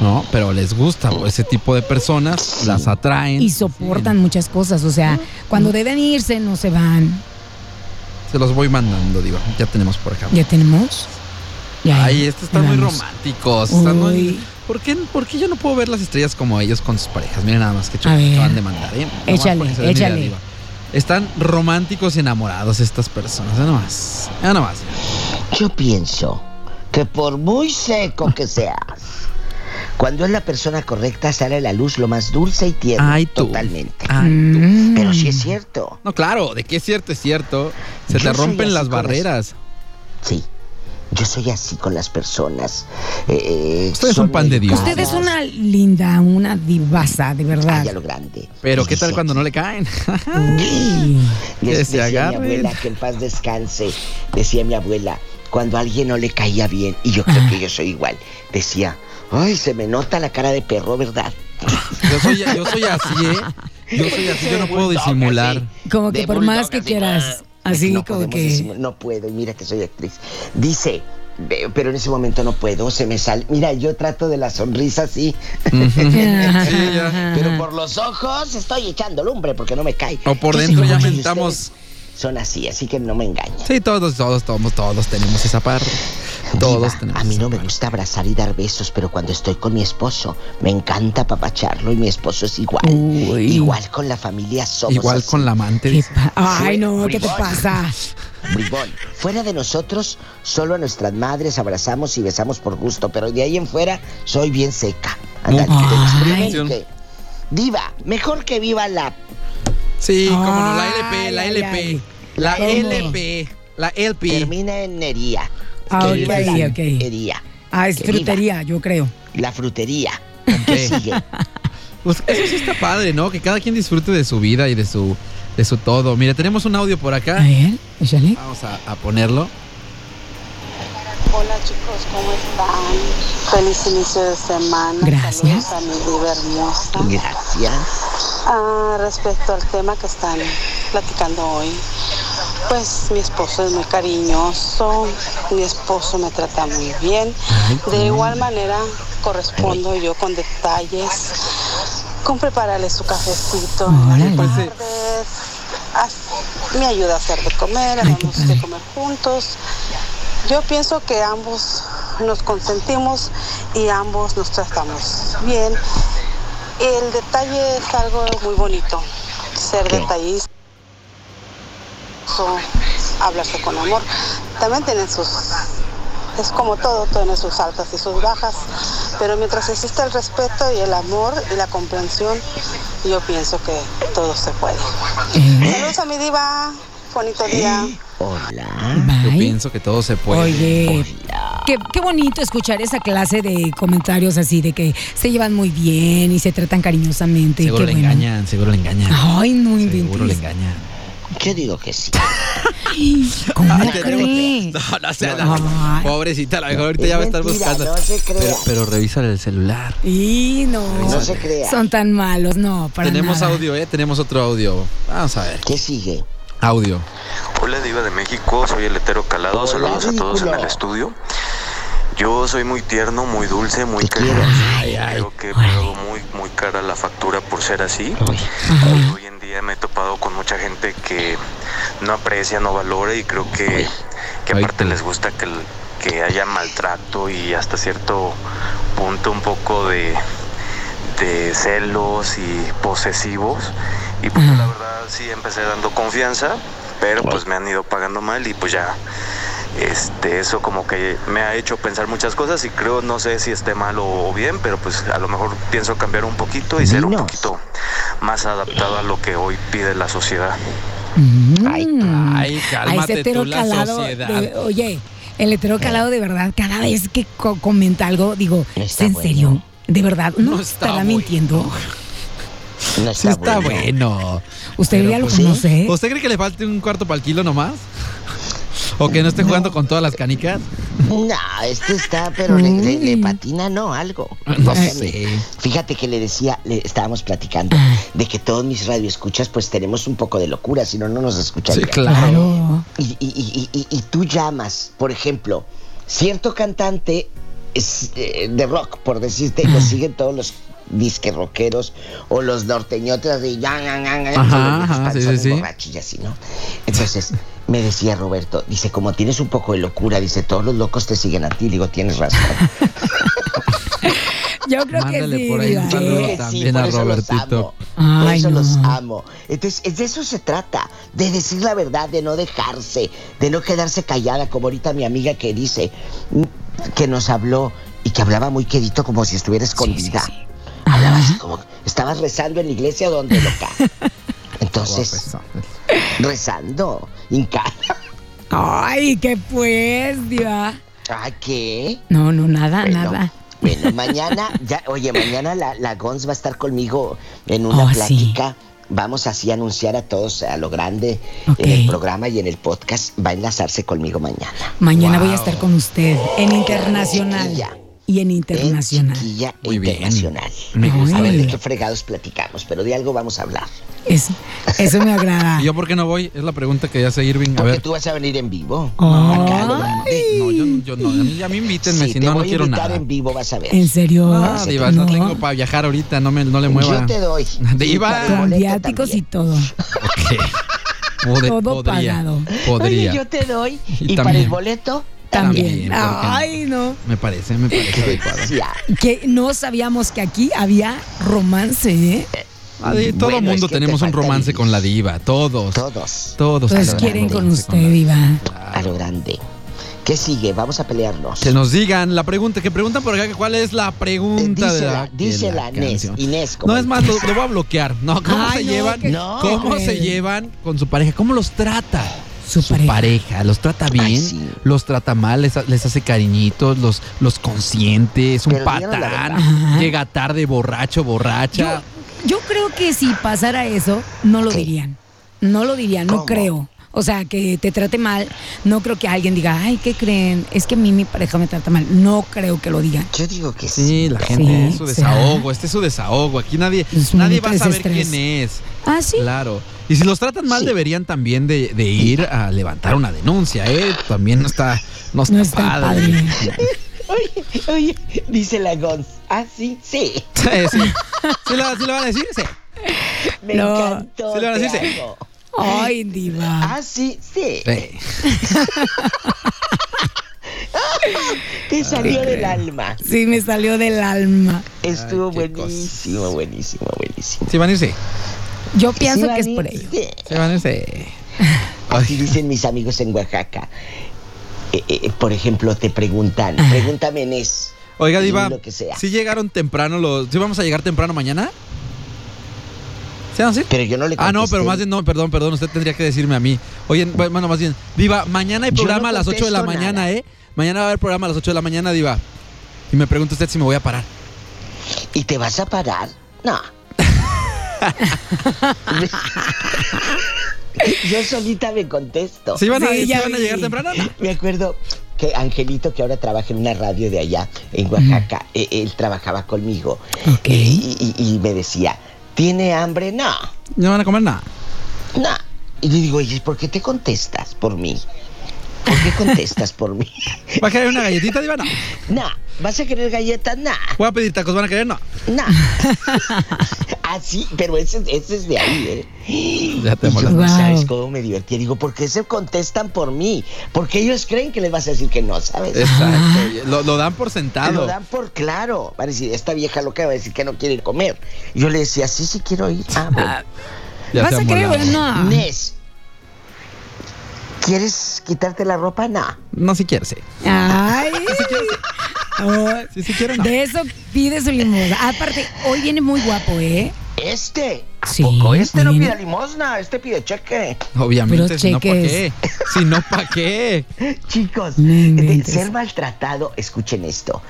B: ¿No? Pero les gusta pues, ese tipo de personas, las atraen.
C: Y soportan muchas cosas, o sea, cuando deben irse no se van.
B: Sí, se los voy mandando, digo. Ya tenemos por acá.
C: ¿Ya tenemos? Ya,
B: Ay, estos están
C: ahí
B: muy
C: vamos.
B: románticos. están muy-
C: Uy.
B: ¿Por, qué, por qué yo no puedo ver las estrellas como ellos con sus parejas? Miren nada más que
C: A
B: chulo
C: ver.
B: que van de mandar, ¿eh? Nomás
C: Échale,
B: para que se den
C: échale.
B: diva. Están románticos y enamorados estas personas. Nada más. Nada más.
A: yo pienso que por muy seco
C: <laughs>
A: que seas, cuando es la persona correcta sale a la luz lo más dulce y tierno.
B: Ay, tú.
A: Totalmente.
B: Ay, tú.
C: Mm.
A: Pero sí es cierto.
B: No, claro, de que es cierto, es cierto. Se
A: Yo
B: te
A: soy
B: rompen
A: así
B: las
A: con las-
B: barreras.
A: Sí. Yo soy así con las personas. Eh,
B: Usted es
A: son
B: un pan de Dios.
C: Usted es
A: educadas,
C: una Ah. linda, una divasa, de verdad.
A: Ay, a lo grande.
B: Pero
A: Y
B: qué tal
A: dice
B: cuando
A: aquí,
B: no le caen. <laughs>
C: Uy.
A: Les
B: Que se
A: decía
B: agarren.
A: mi abuela que en paz descanse, decía mi abuela, cuando a alguien no le caía bien, y yo creo que yo soy igual, decía, ay, se me nota la cara de perro, ¿verdad?
B: Yo soy, yo soy así, ¿eh? Yo soy así, yo no puedo
A: Bulldog,
B: disimular.
A: así,
C: Como que
A: de
C: por
A: bulldog,
C: más que
A: así,
C: quieras,
A: ah,
C: así
A: no
C: como
A: podemos
C: que-
A: disimul- no puedo, y mira que soy actriz. Dice, "Ve- pero en ese momento no puedo, se me sale, mira, yo trato de la sonrisa así,
C: <laughs>
B: Sí, ya.
A: pero por los ojos estoy echando lumbre porque no me cae.
B: O por
A: Yo sé
B: dentro
A: que
B: ya
A: muchos de
B: mentamos.
A: ustedes Son así, así que no me engañen.
B: Sí, todos, todos, todos, todos tenemos esa parte. Todos
A: Diva,
B: tenemos
A: A mí
B: esa
A: no me
B: parte.
A: gusta abrazar y dar besos, pero cuando estoy con mi esposo, me encanta papacharlo y mi esposo es igual.
C: Uy.
A: Igual con la familia somos.
B: Igual
A: así.
B: con la amante.
C: ¿Qué
B: dice.
C: pa- Ay, no, ¿qué te
A: Bribón.
C: pasa?
A: Bribón. Fuera de nosotros, solo a nuestras madres abrazamos y besamos por gusto, pero de ahí en fuera soy bien seca. Ándale,
B: Muy
A: que te
B: bien.
A: experimente.
B: Ay.
A: Diva, mejor que viva la.
B: Sí, como no, la LP, la
C: Ay,
B: LP.
C: ay,
B: La
C: ¿Cómo?
B: LP. La LP.
A: Termina en hería.
C: Ah,
A: Que
C: ok,
A: viva la
C: ok.
A: hería.
C: Ah, es
A: Que viva
C: frutería, yo creo.
A: La frutería.
B: Ok. <laughs>
A: ¿Qué sigue?
B: Pues eso sí está padre, ¿no? Que cada quien disfrute de su vida y de su, de su todo. Mira, tenemos un audio por acá.
C: A ver, échale.
B: Vamos a, a ponerlo.
H: Hola chicos, ¿cómo están? Feliz inicio de semana.
C: Gracias.
H: Saludos a mi diva hermosa.
A: Gracias.
H: Ah, respecto al tema que están platicando hoy, pues mi esposo es muy cariñoso, mi esposo me trata muy bien. De igual manera correspondo yo con detalles, con prepararle su cafecito en las
C: Órale.
H: tardes. Ah, me ayuda a hacer de comer,
C: Ay, qué
H: hagamos
C: padre.
H: de comer juntos. Yo pienso que ambos nos consentimos y ambos nos tratamos bien. El detalle es algo muy bonito, ser
A: ¿Qué?
H: detallista, so- hablarse con amor. También tienen sus, es como todo, tiene sus altas y sus bajas, pero mientras exista el respeto y el amor y la comprensión, yo pienso que todo se puede.
A: Eh.
H: Saludos a mi diva, bonito día.
A: Hola.
B: Ah, Yo
C: Bye.
B: pienso que todo se puede.
C: Oye, qué, qué bonito escuchar esa clase de comentarios así de que se llevan muy bien y se tratan cariñosamente.
B: seguro
C: qué
B: le
C: bueno.
B: engañan, seguro le engañan.
C: Ay, no
B: seguro le
C: inventes.
B: engañan.
A: Yo digo que sí.
C: ¿Cómo
B: Ah, te-
C: crees?
B: No, no sea,
C: No, no.
B: Pobrecita, a lo mejor ahorita ya va a estar
A: mentira,
B: buscando.
A: no se crea.
B: Pero, pero revísale el celular.
C: Y no.
A: No se crea.
C: Son tan malos, no, para
B: tenemos
C: nada.
B: audio, ¿eh? Tenemos otro audio. Vamos a ver.
A: ¿Qué sigue?
B: Audio.
I: Hola Diva de México, soy el hetero calado,
A: Hola,
I: saludos a todos en
A: ridículo.
I: el estudio. Yo soy muy tierno, muy dulce, muy
A: Te quiero.
I: cariñoso.
A: Ay, ay.
I: Creo que pago muy, muy cara la factura por ser así. Y hoy en día me he topado con mucha gente que no aprecia, no valora y creo que, que
B: Ay,
I: aparte
B: tú.
I: les gusta que, el- que haya maltrato y hasta cierto punto un poco de, de celos y posesivos. Y pues la verdad sí empecé dando confianza, pero pues me han ido pagando mal y pues ya este, eso como que me ha hecho pensar muchas cosas y creo, no sé si esté mal o, o bien, pero pues a lo mejor pienso cambiar un poquito y ser un
A: Dinos.
I: poquito más adaptado a lo que hoy pide la sociedad.
C: Mm.
A: Ay,
B: ay, cálmate
C: A ese hetero
B: tú, la
C: calado
B: sociedad. Eh.
C: de- oye, el hetero calado de verdad, cada vez que co- comenta algo, digo,
A: No
C: ¿es
A: está
C: en
A: bueno.
C: serio? De verdad, no,
B: No está
C: estará
B: bueno.
C: mintiendo.
A: No
B: Sí
A: está,
B: está
A: bueno.
B: bueno.
C: Usted
B: Pero
C: ya lo
B: pues,
C: conoce.
B: ¿Usted cree que le falte un cuarto para el kilo nomás? ¿O que no esté jugando con todas las canicas?
A: No, este está, pero le, le- le patina, no, algo.
B: No
A: Óigame,
B: sé.
A: Fíjate que le decía, le estábamos platicando de que todos mis radioescuchas, pues tenemos un poco de locura, si no, no nos escucharían.
C: Claro.
A: y, y- y- y- y tú llamas, por ejemplo, cierto cantante es, eh, de rock, por decirte, y lo siguen todos los disques rockeros o los norteñotas de ya, ya, ya, ya,
B: Ajá,
A: son los
B: ajá,
A: panzones
B: sí, sí, sí.
A: borrachos y así, ¿no? Entonces, me decía Roberto, dice, como tienes un poco de locura, dice, todos los locos te siguen a ti, digo, tienes razón.
C: Yo creo
B: Mándale
C: que sí.
B: por ahí un
C: diva.
B: saludo.
A: Creo que
B: también
A: por
B: a
A: eso los
B: Robertito.
A: amo, por
C: Ay,
A: eso
C: no.
A: los amo. Entonces, es de eso se trata, de decir la verdad, de no dejarse, de no quedarse callada, como ahorita mi amiga que dice, mm, que nos habló y que hablaba muy quedito como si estuviera escondida. Hablaba así como, estabas rezando en la iglesia donde loca.
B: <laughs>
A: Entonces, rezando, <laughs> hincada.
C: Ay, qué pues, diva.
A: ¿Ah, qué?
C: No, no, nada,
A: Bueno,
C: Ah, nada. <laughs>
A: Bueno, mañana, ya, oye, mañana la, la Gons va a estar conmigo en una
C: Oh, sí.
A: plática. Vamos así a anunciar a todos a lo grande en el
C: Ok.
A: programa y en el podcast. Va a enlazarse conmigo mañana.
C: Mañana voy a estar con usted en internacional.
A: Chiquilla.
C: Y en
A: En
C: internacional.
A: Chiquilla
B: Muy bien.
A: internacional.
B: Me
C: gusta.
A: A ver de
C: Ay.
A: qué fregados platicamos, pero de algo vamos a hablar.
C: Eso, eso me agrada.
B: ¿Y <laughs> yo por qué no voy? Es la pregunta que hace Irving. A
A: Porque
B: ver.
A: tú vas a venir en vivo.
C: Ay.
A: Acá, a lo grande.
B: No, yo, yo no. A mí, a mí invítenme,
A: Sí,
B: si
A: te
B: no, no
A: voy a
B: quiero
A: invitar
B: nada.
A: en vivo, vas a ver.
C: ¿En serio?
B: Ah, Diva, no
C: No.
B: tengo para viajar ahorita, no, me, no le mueva.
A: Yo te doy.
B: Diva.
A: Sí,
C: Con
A: boleto
C: viáticos y
A: también.
C: todo.
B: Ok. Pode-
C: Todo
B: podría,
C: pagado.
B: Podría.
A: Oye, yo te doy.
B: Y
A: Y, para
B: también.
A: el boleto,
B: También,
C: También.
B: ¿por qué no?
C: Ay, no.
B: Me parece,
A: <laughs>
B: me parece adecuado.
A: ya.
C: Que no sabíamos que aquí había romance, ¿eh?
B: Adi, Ah, todo
A: Bueno, es
B: mundo
A: que te
B: tenemos un
A: falta
B: romance
A: vivir.
B: con la diva, todos.
A: Todos.
B: Todos
C: Todos
B: tenemos
C: Pues quieren
B: un
C: con
B: romance
C: usted,
B: la-
C: Diva.
A: a lo grande. ¿Qué sigue? Vamos a pelearnos.
B: Que nos digan la pregunta, que preguntan por acá que cuál es la
A: Eh,
B: pregunta de la,
A: Dísela,
B: de
A: dísela,
B: la
A: Inés.
B: canción.
A: Inés, como
B: No es más, lo, lo voy a bloquear. No, ¿cómo
C: Ay,
B: se
C: no,
B: llevan?
C: qué-
A: No.
B: ¿Cómo
C: qué
B: se
C: cruel.
B: llevan con su pareja? ¿Cómo los trata?
C: Su pareja.
B: los trata bien,
A: sí.
B: los trata mal, les, ha- les hace cariñitos, los, los consiente, es un
A: Pero díganos la
B: patán,
C: verdad. Ajá.
B: llega tarde borracho,
C: Yo,
B: borracha.
C: Yo creo que si pasara eso, no lo
A: ¿Qué?
C: dirían. No lo dirían, no
A: ¿Cómo?
C: creo. O sea, que te trate mal, no creo que alguien diga, ay, ¿qué creen? Es que a mí mi pareja me trata mal. No creo que lo digan.
A: Yo digo que sí.
B: Sí, la gente. es
C: Sí,
B: su
C: ¿será?
B: desahogo. Este es su desahogo. Aquí nadie,
C: Es un
B: nadie va a
C: momento de
B: saber
C: desestrés.
B: quién es.
C: Ah, sí.
B: Claro. Y si los tratan mal,
A: Sí.
B: deberían también de, de ir a levantar una denuncia, ¿eh? También no está, no está,
C: No está
B: padre.
C: padre.
A: <laughs> Oye, oye, dice la Gonz. Ah, sí, sí.
B: <laughs> Sí, sí. ¿Sí lo, sí lo van a decir? Sí.
A: Me
C: No.
A: encantó.
B: Sí, le van a
A: te
B: decir, sí.
A: amo.
C: Ay, diva.
A: Ah, sí, sí.
B: Sí.
A: Te salió del alma.
C: Sí, me salió del alma.
A: Estuvo
B: qué cosa.
A: buenísimo, buenísimo, buenísimo.
B: Sí van a irse.
C: Yo pienso
A: Sí,
C: que es
A: Vani,
C: por ello.
A: sí.
B: Sí van a irse.
A: Así dicen mis amigos en Oaxaca. Eh, eh, por ejemplo, te preguntan,
C: Ah.
A: pregúntame en es.
B: Oiga,
A: Y
B: Diva,
A: lo que sea.
B: si llegaron temprano los. ¿Sí vamos a llegar temprano mañana? ¿Sí vamos a ir?
A: Pero yo no le
B: Ah, no,
A: contesté.
B: pero más bien, no, perdón, perdón, usted tendría que decirme a mí. Oye, bueno, más bien, Diva, mañana hay
A: Yo
B: programa
A: no
B: a las 8 de la
A: contesto
B: mañana,
A: nada.
B: ¿eh? Mañana va a haber programa a las 8 de la mañana, Diva. Y me pregunta usted si me voy a parar.
A: ¿Y te vas a parar? No. yo solita me contesto.
B: ¿Sí van a,
C: Sí,
B: sí
C: ya
B: van a
C: vi.
B: llegar temprano? No.
A: Me acuerdo que Angelito, que ahora trabaja en una radio de allá, en Oaxaca, eh, él trabajaba conmigo.
C: Ok.
A: Y, y- y me decía, ¿tiene hambre? No,
B: ¿No van a comer nada.
A: no. Y le digo, oye, ¿por qué te contestas por mí? ¿Por qué contestas por mí? <laughs>
B: ¿Va a querer una galletita, Diva? No.
A: No, ¿vas a querer galletas? No,
B: ¿Voy a pedir tacos? ¿Van a querer? No.
A: no. Así, pero ese, ese es de ahí, ¿eh?
B: Ya te
A: Y yo,
C: molesté.
A: ¿Sabes
C: Wow.
A: cómo me divertí? Digo, ¿por qué se contestan por mí? Porque ellos creen que les vas a decir que no, ¿sabes?
B: Exacto. Lo, lo dan por sentado.
A: Lo dan por claro. Va a decir, esta vieja loca va a decir que no quiere comer. Y yo le decía, sí, sí quiero ir. Ah, bueno.
B: Ya
C: ¿Vas
B: se
C: a creer
B: amolaron.
C: o no?
A: Nes, ¿quieres quitarte la ropa? No.
B: No, si quieres, sí.
C: Ay.
A: Ah,
C: Ay.
B: Sí, si quieres, no.
C: De eso pide su limosna. Aparte, hoy viene muy guapo, ¿eh?
A: Este. ¿A
C: Sí,
A: poco este no
C: oye.
A: pide limosna? Este pide cheque.
B: Obviamente,
C: Puros
B: si no, ¿para qué?
C: cheques.
B: Si no, ¿para qué?
A: Chicos,
C: No
A: de
C: inventes.
A: ser maltratado, escuchen esto,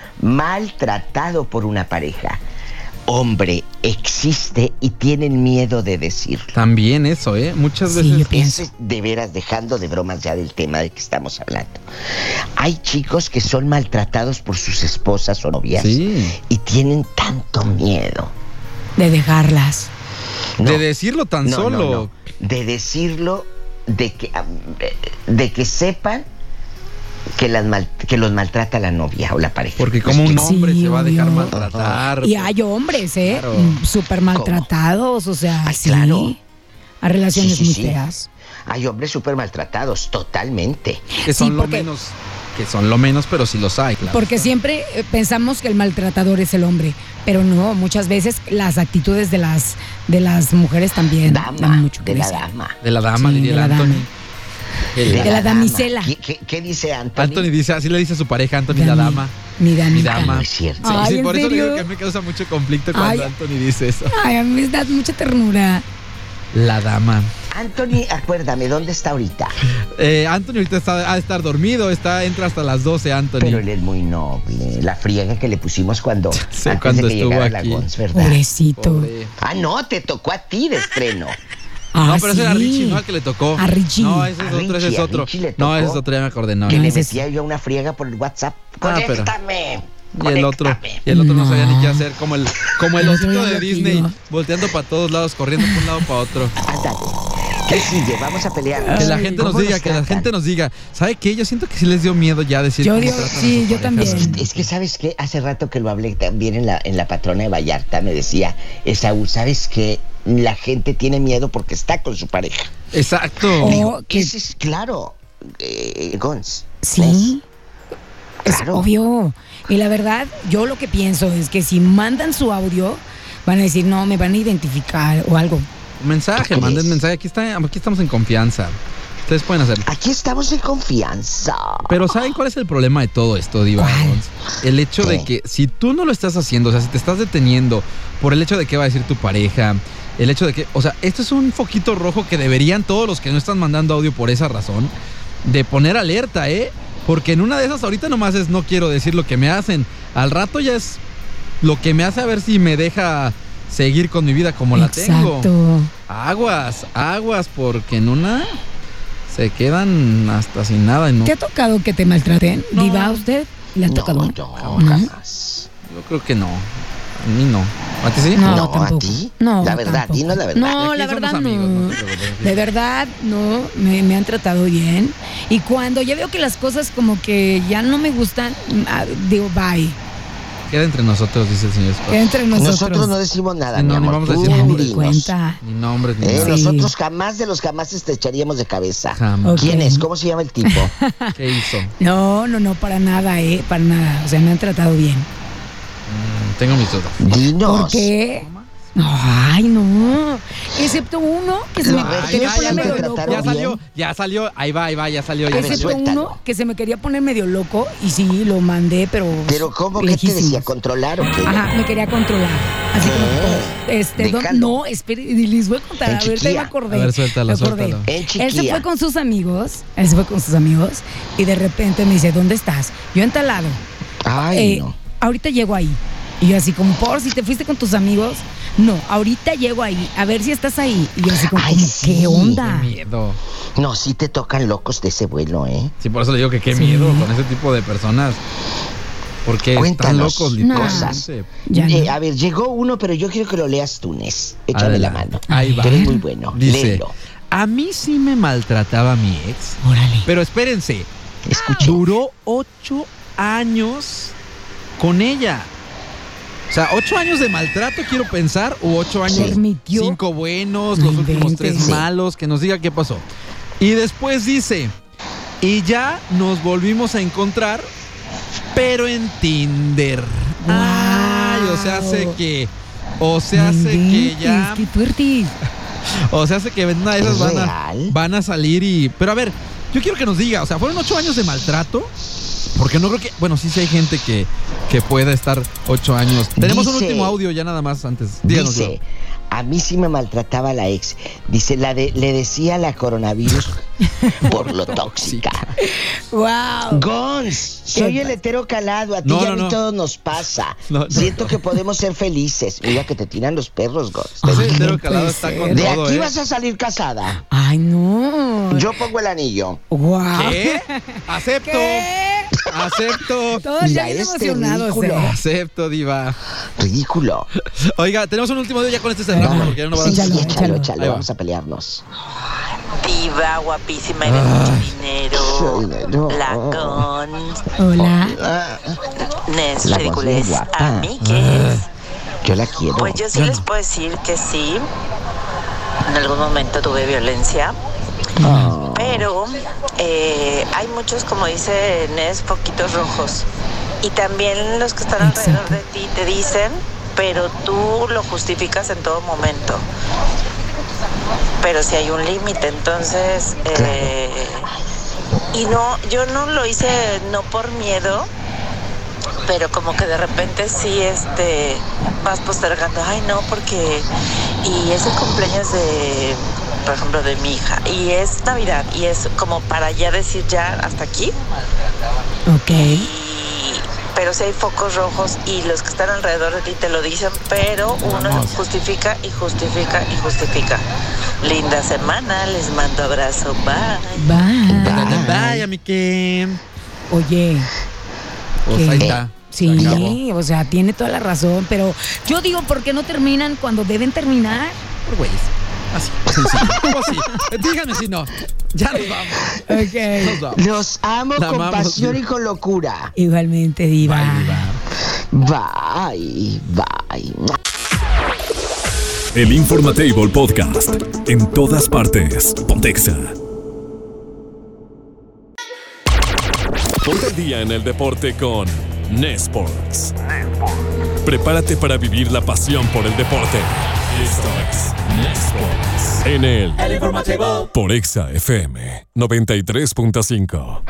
A: maltratado por una pareja. Hombre, existe y tienen miedo de decirlo.
B: También eso, ¿eh? Muchas
C: Sí,
B: veces.
C: yo pienso.
A: Ese, de veras, dejando de bromas ya del tema de que estamos hablando. Hay chicos que son maltratados por sus esposas o novias
B: Sí.
A: y tienen tanto miedo.
C: De dejarlas.
A: No,
B: De decirlo tan
A: no, no,
B: solo.
A: no. De decirlo, de que, am, eh, de que sepan que, las mal- que los maltrata la novia o la pareja.
B: Porque como un
C: Sí,
B: hombre se va a dejar
C: obvio.
B: maltratar.
C: Y hay hombres, ¿eh?
B: Claro.
C: Mm, Súper maltratados, o sea,
A: Ay,
C: sí.
A: Ah, claro.
C: A relaciones
A: Sí, sí,
C: muy
A: sí.
C: feas.
A: Hay hombres súper maltratados, totalmente.
B: Que son
C: Sí,
B: lo
C: porque-
B: menos. Que son lo menos, pero sí los hay, claro.
C: Porque siempre eh, pensamos que el maltratador es el hombre, pero no, muchas veces las actitudes de las de las mujeres también dan
A: Dama,
C: mucho que
A: de la
C: desear.
A: dama.
B: De la dama,
C: Sí,
B: diría
C: de
B: el
C: la
B: Anthony.
C: dama.
B: El-
C: De la
A: dama.
C: damisela.
A: ¿Qué, qué- qué dice Anthony?
B: Anthony dice, así le dice a su pareja, Anthony, la
C: Dami-
B: dama.
C: Mi dama.
B: Mi dama.
A: No es cierto.
B: Sí,
C: Ay,
B: sí,
C: ¿en
B: por eso le digo
C: serio?
B: que a mí me causa mucho conflicto cuando
C: Ay.
B: Anthony dice eso.
C: Ay, a mí me da mucha ternura.
B: La dama.
A: Anthony, acuérdame, ¿dónde está ahorita?
B: Eh, Anthony ahorita está a estar dormido, está, entra hasta las 12, Anthony.
A: Pero él es muy noble. La friega que le pusimos cuando,
B: <laughs> Sí,
A: antes
B: cuando
A: de que
B: estuvo
A: llegara la
B: aquí.
A: Gons, ¿verdad?
C: Pobrecito.
B: Pobre.
A: Ah, no, te tocó a ti de estreno.
C: Ah,
B: no, pero ese era
C: sí.
B: Richie, ¿no? Al que le tocó.
C: A Richie.
B: No, ese es
A: A
B: otro, ese es
A: Richie, a
B: otro.
A: Richie le
B: No,
A: tocó.
B: ese es otro, ya me acordé, no.
A: Que le
C: ese es-
A: metía yo una friega por el WhatsApp.
B: Ah, pero-
A: ¡Conéctame!
B: Y el otro,
A: conéctame.
B: y el otro no,
C: No.
B: sabía ni qué hacer, como el, como el
C: El otro
B: osito
C: ya
B: de
C: lo
B: Disney,
C: pidió.
B: volteando para todos lados, corriendo para un lado para otro.
A: Ándale. ¿Qué sigue? Vamos a pelear.
B: Ah. Que la gente nos
A: ¿Cómo
B: diga, que la
A: tratan?
B: gente nos diga, ¿sabe qué? Yo siento que sí les dio miedo ya decir
C: Yo
B: cómo
C: digo-
B: tratan a
C: sí,
B: sus
C: yo
B: parejas.
C: también.
A: Es que, ¿sabes qué? Hace rato que lo hablé también en la, en la patrona de Vallarta, me decía, Esaú, ¿sabes qué? La gente tiene miedo porque está con su pareja.
B: Exacto.
C: Oh,
A: Digo,
C: que-
A: ese es claro, eh, Gons.
C: Sí. Es
A: Claro.
C: obvio. Y la verdad, yo lo que pienso es que si mandan su audio, van a decir, no, me van a identificar o algo.
B: Mensaje,
A: ¿Tú
B: manden
A: crees?
B: mensaje. Aquí, está, aquí estamos en confianza. Ustedes pueden hacerlo.
A: Aquí estamos en confianza.
B: Pero ¿saben cuál es el problema de todo esto, Diva?
C: ¿Cuál?
B: El hecho de que
A: ¿Qué?
B: si tú no lo estás haciendo, o sea, si te estás deteniendo por el hecho de qué va a decir tu pareja, el hecho de que, o sea, esto es un foquito rojo que deberían todos los que no están mandando audio por esa razón, de poner alerta, ¿eh? Porque en una de esas ahorita nomás es no quiero decir lo que me hacen. Al rato ya es lo que me hace a ver si me deja seguir con mi vida como la
C: Exacto.
B: tengo. Aguas, aguas, porque en una se quedan hasta sin nada. y no-
C: ¿Te ha tocado que te maltraten?
B: No.
C: ¿Diva a usted? ¿Le ha tocado?
A: No, no, jamás.
B: Yo creo que no. A mí no. ¿A ti sí?
C: No,
A: No, a
C: tampoco.
A: ti.
C: No,
A: La verdad,
C: tampoco.
A: dinos la verdad.
C: No,
B: Aquí
C: la
B: somos
C: verdad
B: amigos,
C: no.
B: no te preocupes.
C: De verdad, no, me, me han tratado bien. Y cuando ya veo que las cosas como que ya no me gustan, ah, digo, bye,
B: Queda entre nosotros, dice el señor Scott.
C: queda entre nosotros.
A: Nosotros no decimos nada,
B: Sí,
A: mi
B: no, ni
A: amor.
B: vamos a
A: Tú
B: decir
C: ya me di
A: dinos.
C: cuenta.
B: Ni nombres, ni
A: Eh,
B: nada.
C: Sí.
A: Nosotros jamás de los jamás te echaríamos de cabeza.
B: Jamás.
C: Ok.
A: ¿Quién es? ¿Cómo se llama el tipo?
B: ¿Qué hizo?
C: No, no, no, para nada, eh, para nada. O sea, me han tratado bien.
B: Mm, tengo mis dudas.
A: Dinos.
C: <laughs> ¿Por qué? Ay, no. Excepto uno que se me
A: Lo
B: Ay,
C: quería
A: rechazo,
C: poner
A: me
C: medio
A: trataron
C: loco.
B: ya
A: bien.
B: salió, ya salió. Ahí va, ahí va, ya salió. Ya
A: A ver,
C: Excepto
B: salió.
A: suéltalo.
C: uno que se me quería poner medio loco y sí, lo mandé, pero.
A: Pero ¿cómo que te
C: lejísimos.
A: decía controlar o qué?
C: Ajá, me quería controlar. Así como
A: ¿Qué?
C: todo. Este, don-
A: Déjalo.
C: no, espere, y les voy a contar.
A: ¿Eh? En
C: A ver, te me
A: chiquilla.
C: acordé.
B: A ver, suéltalo,
C: me acordé.
B: suéltalo.
A: En
C: Él se
A: chiquilla.
C: fue con sus amigos, él se fue con sus amigos y de repente me dice, ¿dónde estás? Yo entalado.
A: Ay,
C: eh,
A: no.
C: Ahorita llego ahí. Y yo así como, por si te fuiste con tus amigos. No, ahorita llego ahí, a ver si estás ahí. Y yo así como,
A: Ay,
C: como,
A: sí.
C: ¿qué onda?
B: Qué miedo.
A: No, sí te tocan locos de ese vuelo, ¿eh?
B: Sí, por eso le digo que qué
C: Sí.
B: miedo con ese tipo de personas. Porque están
A: Cuéntanos
B: locos,
A: cosas.
B: literalmente.
C: Ya
A: Eh,
C: no.
A: a ver, llegó uno, pero yo quiero que lo leas tú, Nes. Échame la
B: Adelante.
A: mano.
B: Ahí va.
A: Tú eres muy bueno.
B: Dice,
A: Léelo.
B: a mí sí me maltrataba mi ex.
C: Órale.
B: Pero espérense,
A: Escuché.
B: duró ocho años con ella. O sea, ocho años de maltrato, quiero pensar, o ocho años.
C: Permitió.
B: Cinco buenos,
C: No
B: los últimos
C: inventes.
B: tres
A: Sí.
B: malos, que nos diga qué pasó. Y después dice, y ya nos volvimos a encontrar, pero en Tinder.
C: Guau.
B: Ay, o sea, hace que. O sea, hace que
C: Inventes,
B: ya.
C: Qué fuerte.
B: O sea, hace que en una de esas
A: ¿Es
B: van a,
A: real?
B: van a salir y. Pero a ver, yo quiero que nos diga, o sea, fueron ocho años de maltrato. Porque no creo que. Bueno, sí, sí hay gente que, que pueda estar ocho años. Tenemos un
A: Dice-
B: último audio ya nada más antes. Díganos.
A: Dice, a mí sí me maltrataba la ex. Dice, la de, le decía la
C: <laughs>
A: coronavirus por lo tóxica.
C: Wow.
A: Gons, soy el hetero calado, a ti
B: No,
A: y a
B: no,
A: mí
B: no.
A: todo nos pasa.
B: <laughs> No, no,
A: Siento
B: no.
A: que podemos ser felices. Mira que te tiran los perros, Gons.
B: Leo. Ese
C: Ay,
B: entero
C: no
B: Ah, calado
C: puede
B: está
C: ser.
B: con
A: De
B: todo,
A: aquí
B: ¿eh?
A: vas a salir casada.
C: Ay, no.
A: Yo pongo el anillo.
C: Wow.
B: ¿Qué? Acepto.
C: ¿Qué?
B: Acepto.
C: Todos
A: Mira,
C: ya bien
A: este
C: emocionados.
A: ridículo.
C: ¿eh?
B: Acepto, diva.
A: Ridículo.
B: Oiga, tenemos un último audio ya con este cerramos porque ya no va a
C: Sí,
B: dar
A: Sí,
C: ya lo-
B: tiempo.
A: échalo,
C: échalo.
B: Ahí
A: échalo.
B: va.
A: Vamos a pelearnos.
H: Diva, guapísima,
A: Ah.
H: eres mucho dinero.
A: No.
H: La con
C: Hola.
A: Ah,
H: Nes
A: La
H: ridiculez.
A: guapa. ah.
H: ¿A mí qué es?
A: Yo la quiero.
H: Pues yo sí les puedo decir que sí. En algún momento tuve violencia.
A: Ah,
H: Pero eh, hay muchos, como dice Nes, poquitos rojos. Y también los que están alrededor de ti te dicen, pero tú lo justificas en todo momento. Pero si hay un límite, entonces... eh, y no, yo no lo hice no por miedo, pero como que de repente sí este vas postergando ay no porque y es el cumpleaños de por ejemplo de mi hija y es navidad y es como para ya decir ya hasta aquí
C: Ok.
H: y pero si hay focos rojos y los que están alrededor de ti te lo dicen pero uno justifica y justifica y justifica linda semana les mando abrazo bye
C: Bye.
B: Bye, amique.
C: Oye.
B: Pues
C: ¿Qué?
B: ahí está.
C: Sí,
B: Se acabó.
C: o sea, tiene toda la razón, pero yo digo, ¿por qué no terminan cuando deben terminar?
B: Por güeyes. Así. sencillo. Pues sí. Díganme si no. Ya nos vamos. Nos
C: Ok.
B: vamos.
A: Los amo
B: La
A: con
B: amamos,
A: pasión
B: sí.
A: y con locura.
C: Igualmente, Diva.
B: Bye, diva.
A: Bye, bye.
D: El Informatable Podcast. En todas partes. Pontexa. Ponte al día en el deporte con Nesports. Prepárate para vivir la pasión por el deporte. Esto es Nesports. En el por Exa FM 93.5.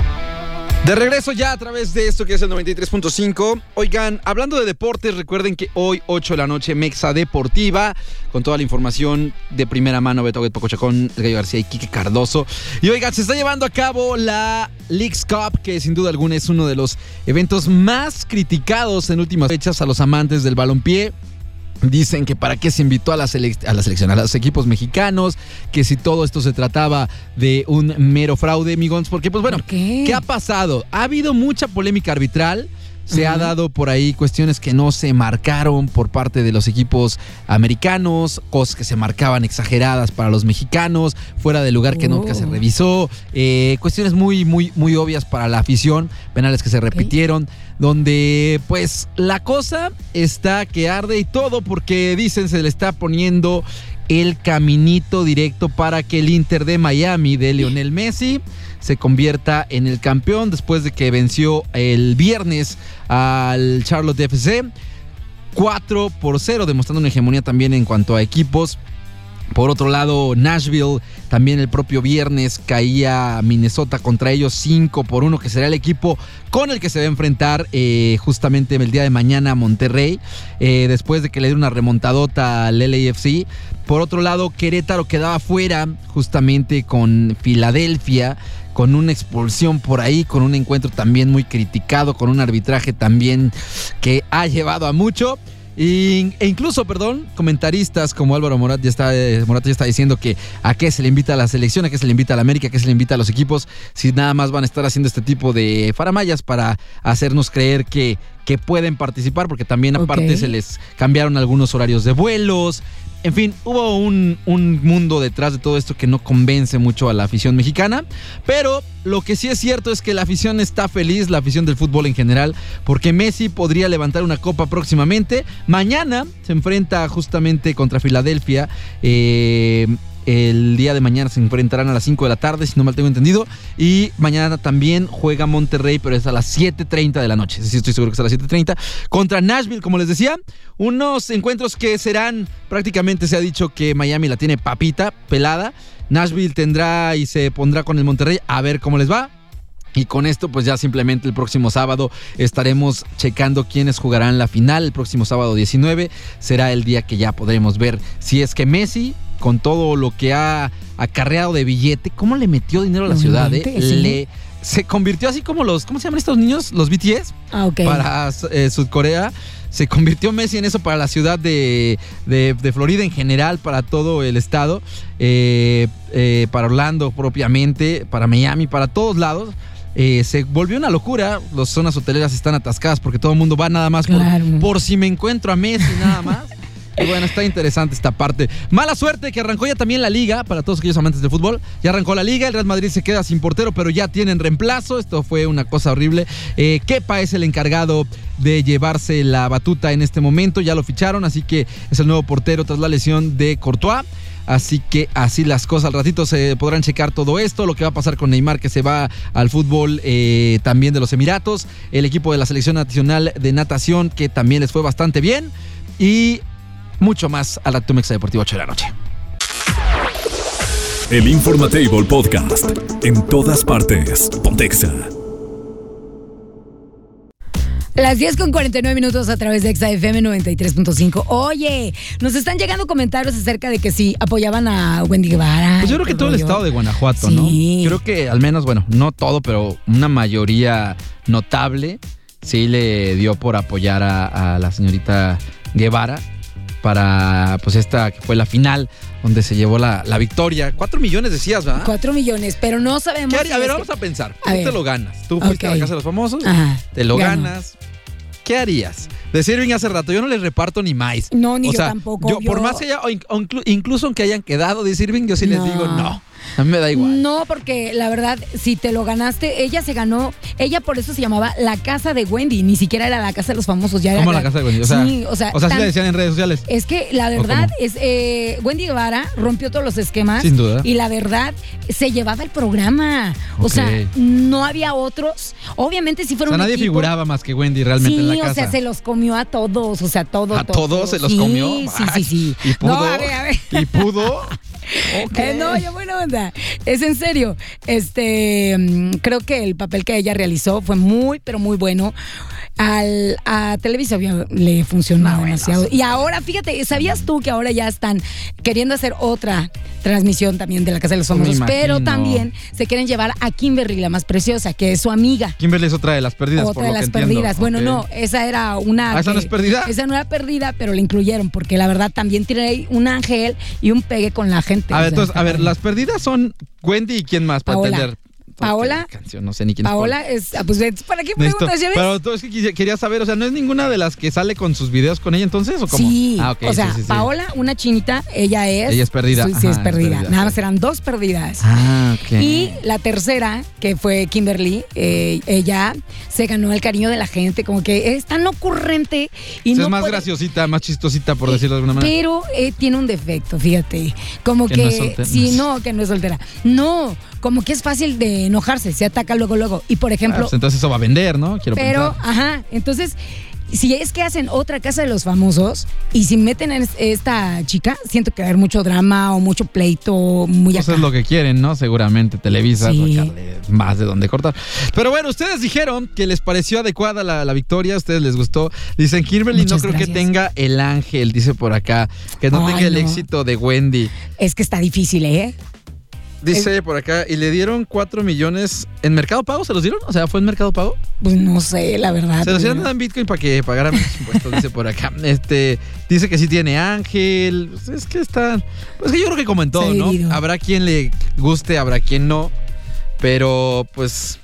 B: De regreso ya a través de esto que es el 93.5. Oigan, hablando de deportes, recuerden que hoy 8 de la noche Mexa Deportiva con toda la información de primera mano Beto Aguet, Paco Chacón, El Gallo García y Quique Cardoso. Y oigan, se está llevando a cabo la Leagues Cup, que sin duda alguna es uno de los eventos más criticados en últimas fechas a los amantes del balompié. Dicen que para qué se invitó a la, selec- a la selección, a los equipos mexicanos, que si todo esto se trataba de un mero fraude, migons, porque pues bueno,
C: qué?
B: ha pasado? Ha habido mucha polémica arbitral. Se ha dado por ahí cuestiones que no se marcaron por parte de los equipos americanos, cosas que se marcaban exageradas para los mexicanos, fuera del lugar que nunca se
J: Oh.
B: revisó, eh, cuestiones muy, muy, muy obvias para la afición, penales que se repitieron, donde pues la cosa está que arde y todo porque dicen se le está poniendo el caminito directo para que el Inter de Miami de Lionel Messi se convierta en el campeón después de que venció el viernes al Charlotte FC 4 por 0, demostrando una hegemonía también en cuanto a equipos. Por otro lado, Nashville también el propio viernes caía Minnesota contra ellos 5 por 1, que será el equipo con el que se va a enfrentar eh, justamente el día de mañana a Monterrey, eh, después de que le dio una remontadota al LAFC. Por otro lado, Querétaro quedaba fuera justamente con Filadelfia, con una expulsión por ahí, con un encuentro también muy criticado, con un arbitraje también que ha llevado a mucho. Y- e incluso, perdón, comentaristas como Álvaro Morat ya está, eh, Morata ya está diciendo que a qué se le invita a la selección, a qué se le invita a la América, a qué se le invita a los equipos, si nada más van a estar haciendo este tipo de faramayas para hacernos creer que, que pueden participar, porque también aparte
C: Ok.
B: se les cambiaron algunos horarios de vuelos. En fin, hubo un, un mundo detrás de todo esto que no convence mucho a la afición mexicana, pero lo que sí es cierto es que la afición está feliz, la afición del fútbol en general, porque Messi podría levantar una copa próximamente. Mañana se enfrenta justamente contra Filadelfia. eh, el día de mañana se enfrentarán a las 5 de la tarde, si no mal tengo entendido. Y mañana también juega Monterrey, pero es a las 7.30 de la noche. Sí, estoy seguro que es a las 7.30. Contra Nashville, como les decía. Unos encuentros que serán, prácticamente se ha dicho que Miami la tiene papita, pelada. Nashville tendrá y se pondrá con el Monterrey a ver cómo les va. Y con esto, pues ya simplemente el próximo sábado estaremos checando quiénes jugarán la final. El próximo sábado 19 será el día que ya podremos ver si es que Messi, con todo lo que ha acarreado de billete, cómo le metió dinero a la
C: No
B: ciudad, eh?
C: inventes, sí.
B: Le- se convirtió así como los, ¿cómo se llaman estos niños? Los BTS
C: Ah, ok.
B: para eh, Sudcorea. Se convirtió Messi en eso para la ciudad de, de- de Florida en general, para todo el estado, eh, eh, para Orlando propiamente, para Miami, para todos lados. Eh, se volvió una locura, las zonas hoteleras están atascadas porque todo el mundo va nada más por- por, si me encuentro a Messi nada más. Y bueno, está interesante esta parte. Mala suerte que arrancó ya también la liga, para todos aquellos amantes del fútbol. Ya arrancó la liga, el Real Madrid se queda sin portero, pero ya tienen reemplazo. Esto fue una cosa horrible. Eh, Kepa es el encargado de llevarse la batuta en este momento. Ya lo ficharon, así que es el nuevo portero tras la lesión de Courtois. Así que así las cosas. Al ratito se podrán checar todo esto, lo que va a pasar con Neymar que se va al fútbol eh, también de los Emiratos, el equipo de la selección nacional de natación que también les fue bastante bien y mucho más a la Tumexa Deportivo 8 de la noche.
D: El Informatable Podcast. En todas partes. Pontexa.
C: Las 10 con 49 minutos a través de XFM 93.5. Oye, nos están llegando comentarios acerca de que sí apoyaban a Wendy Guevara.
B: Pues yo creo que todo el estado de Guanajuato, ¿no? Creo que al menos, bueno, no todo, pero una mayoría notable sí le dio por apoyar a, a la señorita Guevara para pues esta que fue la final donde se llevó la, la victoria. Cuatro millones decías, ¿verdad?
C: 4 millones, pero no sabemos.
B: ¿Qué haría? A
C: si
B: ver,
C: es
B: vamos a pensar. tú
C: A ver.
B: te lo ganas. Tú fuiste a la
C: Ok.
B: casa de los famosos,
C: Ajá.
B: te lo
C: Gano.
B: ganas. ¿Qué harías? Decía Irving hace rato, yo no les reparto ni más.
C: No, ni yo tampoco,
B: Yo, Por
C: yo-
B: más que haya, o inc- o inclu- incluso aunque hayan quedado, dice Irving, yo sí les digo no. A mí me da igual.
C: No, porque la verdad, si te lo ganaste, ella se ganó, ella por eso se llamaba la casa de Wendy, ni siquiera era la casa de los famosos, ya era
B: ¿Cómo la casa de Wendy? O sea,
C: sí, o sea,
B: sí
C: tan-
B: le decían en redes sociales.
C: Es que la
B: ¿O
C: verdad
B: cómo?
C: es eh, Wendy Guevara rompió todos los esquemas.
B: Sin duda.
C: Y la verdad se llevaba el programa. O
B: Ok.
C: sea, no había otros. Obviamente sí
B: O
C: fueron.
B: sea, nadie figuraba más que Wendy realmente
C: Sí,
B: en la casa.
C: o sea, se los comió a todos, o sea, todo,
B: ¿A todos se los
C: Sí,
B: comió?
C: Sí, sí, sí.
B: <laughs> ¿Y pudo?
C: No, a ver, a ver.
B: ¿Y
C: <laughs>
B: pudo?
C: Eh, no, yo buena onda. Es en serio. Este, mm, creo que el papel que ella realizó fue muy, pero muy bueno. al, a Televisa le funcionó
B: Ah,
C: no, demasiado. Bueno. Y ahora, fíjate, ¿sabías tú que ahora ya están queriendo hacer otra transmisión también de la Casa de
B: Pues
C: los Famosos? Pero también se quieren llevar a Kimberly, la más preciosa, que es su amiga.
B: Kimberly es otra de las perdidas.
C: Otra
B: por
C: de
B: lo
C: las
B: que
C: perdidas.
B: entiendo.
C: Bueno,
B: Ok.
C: no, esa era una.
B: Ah, ¿esa no es perdida?
C: Esa no era perdida, pero la incluyeron, porque la verdad también tiene ahí un ángel y un pegue con la gente.
B: A
C: o
B: ver,
C: sea,
B: entonces,
C: está
B: a ver,
C: padre.
B: las perdidas son Wendy y quién más para
C: Paola.
B: entender.
C: Paola.
B: Canción, no sé ni quién es
C: Paola es. ah, Pues, ¿para qué
B: Necesito-
C: preguntas, Llaves?
B: pero tú es que quise- quería saber, o sea, ¿no es ninguna de las que sale con sus videos con ella entonces o cómo?
C: Sí,
B: Ah, ok,
C: o sea,
B: sí, sí, sí.
C: Paola, una chinita, ella es.
B: Ella es perdida.
C: Sí, sí,
B: Ajá,
C: es
B: es
C: perdida.
B: perdida,
C: Nada
B: sí.
C: más eran dos perdidas.
B: Ah, ok.
C: Y la tercera, que fue Kimberly, eh, ella se ganó el cariño de la gente, como que es tan ocurrente y
B: O sea,
C: no
B: es más
C: puede-
B: graciosita, más chistosita, por decirlo de alguna manera.
C: Pero eh, tiene un defecto, fíjate. Como
B: Que
C: que,
B: no es soltera.
C: sí, no, que no es soltera. No, como que es fácil de enojarse, se ataca luego, luego. Y por
B: Ah,
C: ejemplo,
B: pues entonces eso va a vender, ¿no? Quiero
C: pero,
B: pensar.
C: ajá, entonces, si es que hacen otra casa de los famosos y si meten a es- esta chica, siento que va a haber mucho drama o mucho pleito, muy
B: Eso
C: acá.
B: Pues es lo que quieren, ¿no? Seguramente Televisa
C: Sí.
B: sacarle más de dónde cortar. Pero bueno, ustedes dijeron que les pareció adecuada la, la victoria, a ustedes les gustó. Dicen, Kimberly
C: Muchas
B: no creo que
C: gracias.
B: tenga el ángel, dice por acá, que no
C: Ay,
B: tenga el
C: no.
B: éxito de Wendy.
C: Es que está difícil, ¿eh?
B: Dice por acá, y le dieron 4 millones. ¿En Mercado Pago se los dieron? O sea, ¿fue en Mercado Pago?
C: Pues no sé, la verdad.
B: Se los dieron en Bitcoin para que pagaran los impuestos, dice por
C: <laughs>
B: acá. Este, dice que sí tiene ángel. Pues es que está. Pues que yo creo que como en todo,
C: Está
B: ¿no?
C: dividido.
B: Habrá quien le guste, habrá quien no. Pero, pues.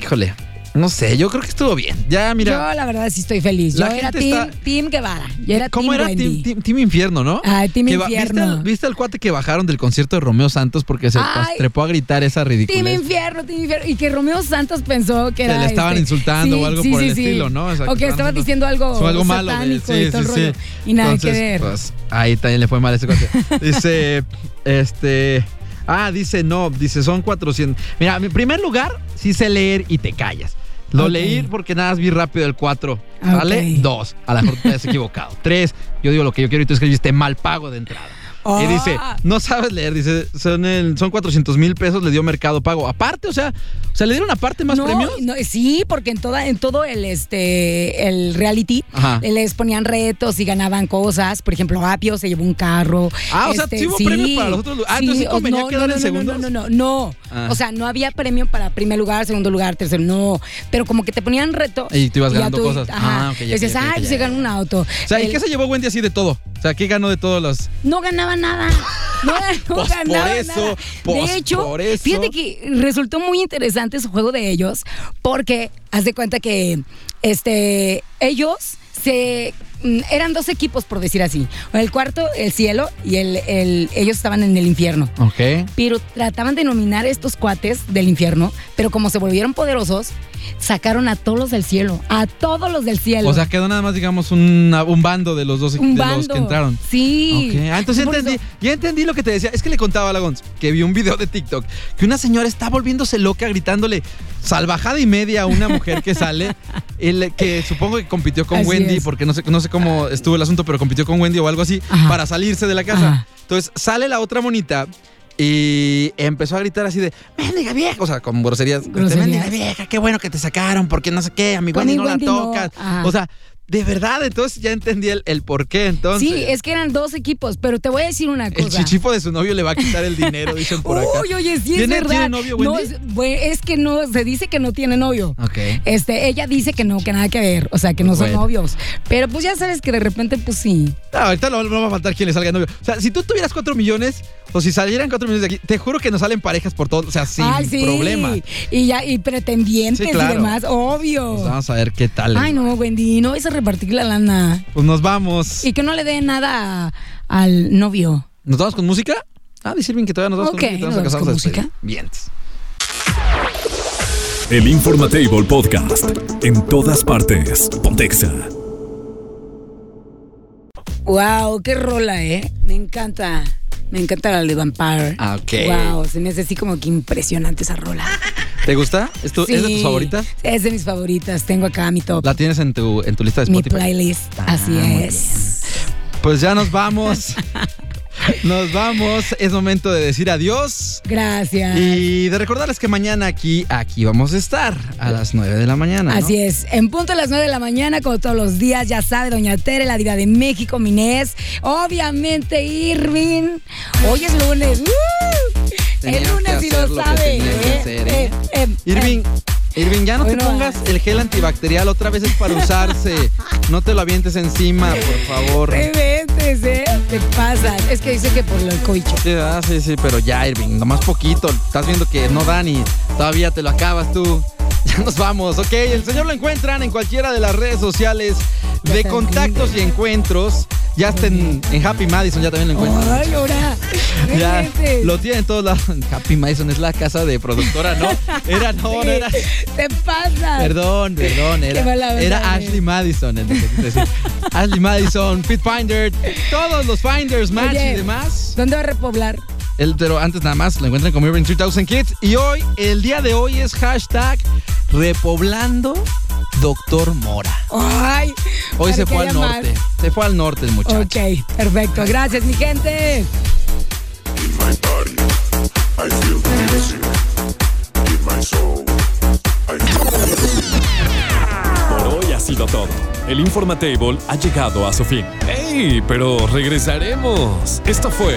B: Híjole. No sé, yo creo que estuvo bien. Ya, mira.
C: Yo la verdad sí estoy feliz. Yo
B: La
C: era
B: gente
C: team,
B: está-
C: team Guevara. Yo era
B: ¿Cómo
C: team
B: era
C: Wendy.
B: team, Team- Team Infierno, no?
C: Ah, Team
B: Que va- ¿viste
C: Infierno.
B: al- ¿viste, al cuate que bajaron del concierto de Romeo Santos porque se
C: Ay.
B: trepó a gritar esa ridícula?
C: Team Infierno, Team Infierno. Y que Romeo Santos pensó que
B: Que
C: era.
B: le estaban
C: este-
B: insultando
C: Sí,
B: o algo
C: sí,
B: por
C: sí,
B: el
C: sí.
B: estilo, ¿no? sea,
C: O que estaban
B: estaban-
C: diciendo algo,
B: o algo malo. de-
C: satánico
B: sí,
C: y todo el
B: sí,
C: rollo.
B: sí.
C: Y nada que
B: Entonces,
C: ver.
B: pues, ahí también le fue mal a ese
C: <laughs>
B: cuate. Dice, este... Ah, dice no, dice son 400. Mira, en primer lugar, sí sé leer y te callas. Lo
C: Ok.
B: leí porque nada más vi rápido el 4.
C: Ah,
B: ¿Vale?
C: ok.
B: 2. A lo mejor te has equivocado.
C: <laughs>
B: 3. Yo digo lo que yo quiero y tú escribiste mal pago de entrada. Y
C: Ah.
B: dice, no sabes leer, dice, son, el, son 400 mil pesos, le dio mercado pago. Aparte, o sea, o sea, le dieron aparte más
C: no,
B: premios.
C: no, sí, porque en toda, en todo el este el reality eh,
B: Ajá.
C: les ponían retos y ganaban cosas. Por ejemplo, Apio se llevó un carro. Este,
B: Ah, o sea, sí hubo premios para los otros lu- ah, entonces sí
C: o-
B: convenía quedar en
C: no,
B: segundos.
C: No, no, no, no.
B: Ah.
C: O sea, no había premio para primer lugar, segundo lugar, tercero, no. Pero como que te ponían reto.
B: Y tú ibas
C: ya
B: ganando cosas.
C: Ajá.
B: Ah, ok, ya,
C: Decías,
B: ya, ya,
C: ay,
B: ya,
C: se
B: ya".
C: ganó un auto.
B: O sea, ¿y
C: El-
B: qué se llevó Wendy así de todo? O sea, ¿qué ganó de todos los...?
C: no ganaba nada.
B: <laughs>
C: No, no
B: Pues por
C: ganaba
B: eso,
C: nada.
B: pues
C: de hecho,
B: por eso.
C: fíjate que resultó muy interesante su juego de ellos, porque haz de cuenta que este, ellos se mm, eran dos equipos, por decir así. El cuarto, el cielo, y el, el- ellos estaban en el infierno.
B: Ok.
C: Pero trataban de nominar a estos cuates del infierno, pero como se volvieron poderosos, sacaron a todos los del cielo, a todos los del cielo.
B: O sea, quedó nada más, digamos, una- un bando de los dos
C: un
B: de
C: bando.
B: los que entraron.
C: Sí.
B: Ok. Ah, entonces ya
C: Por eso-
B: entendí, ya entendí lo que te decía. Es que le contaba a Lagons que vi un video de TikTok que una señora está volviéndose loca gritándole salvajada y media a una mujer que sale,
C: <laughs>
B: el- que supongo que compitió con
C: Así
B: Wendy,
C: es.
B: porque no sé, no sé cómo estuvo el asunto, pero compitió con Wendy o algo así,
C: Ajá.
B: para salirse de la casa.
C: Ajá.
B: Entonces sale la otra monita. Y empezó a gritar así de, mendiga vieja, o sea, con groserías,
C: Groserías.
B: mendiga vieja, qué bueno que te sacaron, porque no sé qué, a mi
C: Con
B: Wendy no
C: mi Wendy
B: la
C: no.
B: tocas.
C: Ajá.
B: O sea, de verdad, entonces ya entendí el, el por qué, entonces.
C: Sí, es que eran dos equipos, pero te voy a decir una
B: El
C: cosa.
B: chichifo de su novio le va a quitar el dinero, dicen por acá.
C: <laughs> Uy, oye, sí es
B: ¿Tiene-
C: verdad.
B: tiene novio, Wendy?
C: No, es, bue- es que no, se dice que no tiene novio.
B: Ok.
C: Este, ella dice que no, que nada que ver, o sea, que no son
B: Bueno.
C: novios. Pero pues ya sabes que de repente, pues sí.
B: No, ahorita no, no va a faltar quien le salga novio. O sea, si tú tuvieras 4 millones, o si salieran 4 millones de aquí, te juro que nos salen parejas por todo, o sea, sin
C: Ay, sí.
B: problema.
C: Y ya, y pretendientes
B: Sí, claro.
C: y demás, obvio.
B: Pues vamos a ver qué tal.
C: Ay, no, Wendy, no es a repartir la lana.
B: Pues nos vamos.
C: Y que no le dé nada a- al novio.
B: ¿Nos vamos con música? Ah, decir bien que todavía nos vamos
C: Ok,
B: con música.
C: nos
B: entonces
C: vamos
B: nos
C: con
B: casamos a despedir. Bien.
D: El Informatable Podcast. En todas partes. Pontexa.
C: Wow, qué rola, ¿eh? Me encanta. Me encanta la de Vampire.
B: Ah, ok.
C: Wow, se me hace así como que impresionante esa rola.
B: ¿Te gusta? ¿Es, tu- ¿Es de tus
C: Sí,
B: favoritas?
C: Es de mis favoritas. Tengo acá mi top.
B: ¿La tienes en tu, en tu lista de Ah,
C: mi
B: Spotify?
C: playlist.
B: Ah,
C: Así
B: muy
C: es. <laughs>
B: Pues ya nos vamos. Nos vamos. Es momento de decir adiós.
C: Gracias.
B: Y de recordarles que mañana aquí, aquí vamos a estar a las 9 de la mañana. ¿no?
C: Así es. En punto a las 9 de la mañana, como todos los días, ya sabe, Doña Tere, la diva de México, Minés. Obviamente, Irving. Hoy es lunes. ¡Uh! El
B: Tenías
C: lunes,
B: que
C: si lo
B: hacer lo que
C: sabe.
B: tenías que
C: Eh,
B: hacer,
C: eh,
B: ¿eh?
C: eh,
B: Irving, Irving, ya no
C: Hoy
B: te
C: no
B: pongas el gel antibacterial otra vez es para usarse. No te lo avientes encima, por favor.
C: Te metes, ¿eh? Te pasas. Es que dice que por lo coicho.
B: Sí, ah, sí, sí, pero ya, Irving, nomás poquito. Estás viendo que no dan y todavía te lo acabas tú. <laughs> Ya nos vamos, ok. El señor lo encuentran en cualquiera de las redes sociales de contactos y encuentros. Ya está en, en Happy Madison, ya también lo encuentran.
C: Ay, ahora. No
B: Ya
C: inventes.
B: lo tienen en todos lados. <laughs> Happy Madison es la casa de productora, ¿no? Era, no, no era.
C: Sí, Te pasas.
B: Perdón, perdón,
C: Qué mala
B: era,
C: onda,
B: era
C: Daniel.
B: Ashley Madison. el que quise decir.
C: <laughs>
B: Ashley Madison, Pit Finder, todos los Finders, Match
C: Oye,
B: y demás.
C: ¿Dónde va a repoblar?
B: El, pero antes nada más, lo encuentran como Urban 3000 Kids. Y hoy, el día de hoy es hashtag repoblando Doctor Mora.
C: Ay.
B: Hoy
C: para
B: se
C: que
B: fue al
C: haya más.
B: norte. Se fue al norte el muchacho.
C: Ok, perfecto. Gracias, mi gente.
D: Por hoy ha sido todo. El Informatable ha llegado a su fin. ¡Ey! Pero regresaremos. Esto fue.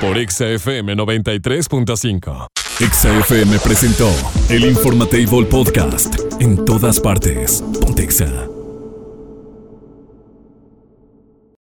D: Por XFM 93.5. XFM presentó el Informatable Podcast. En todas partes. Pontexa.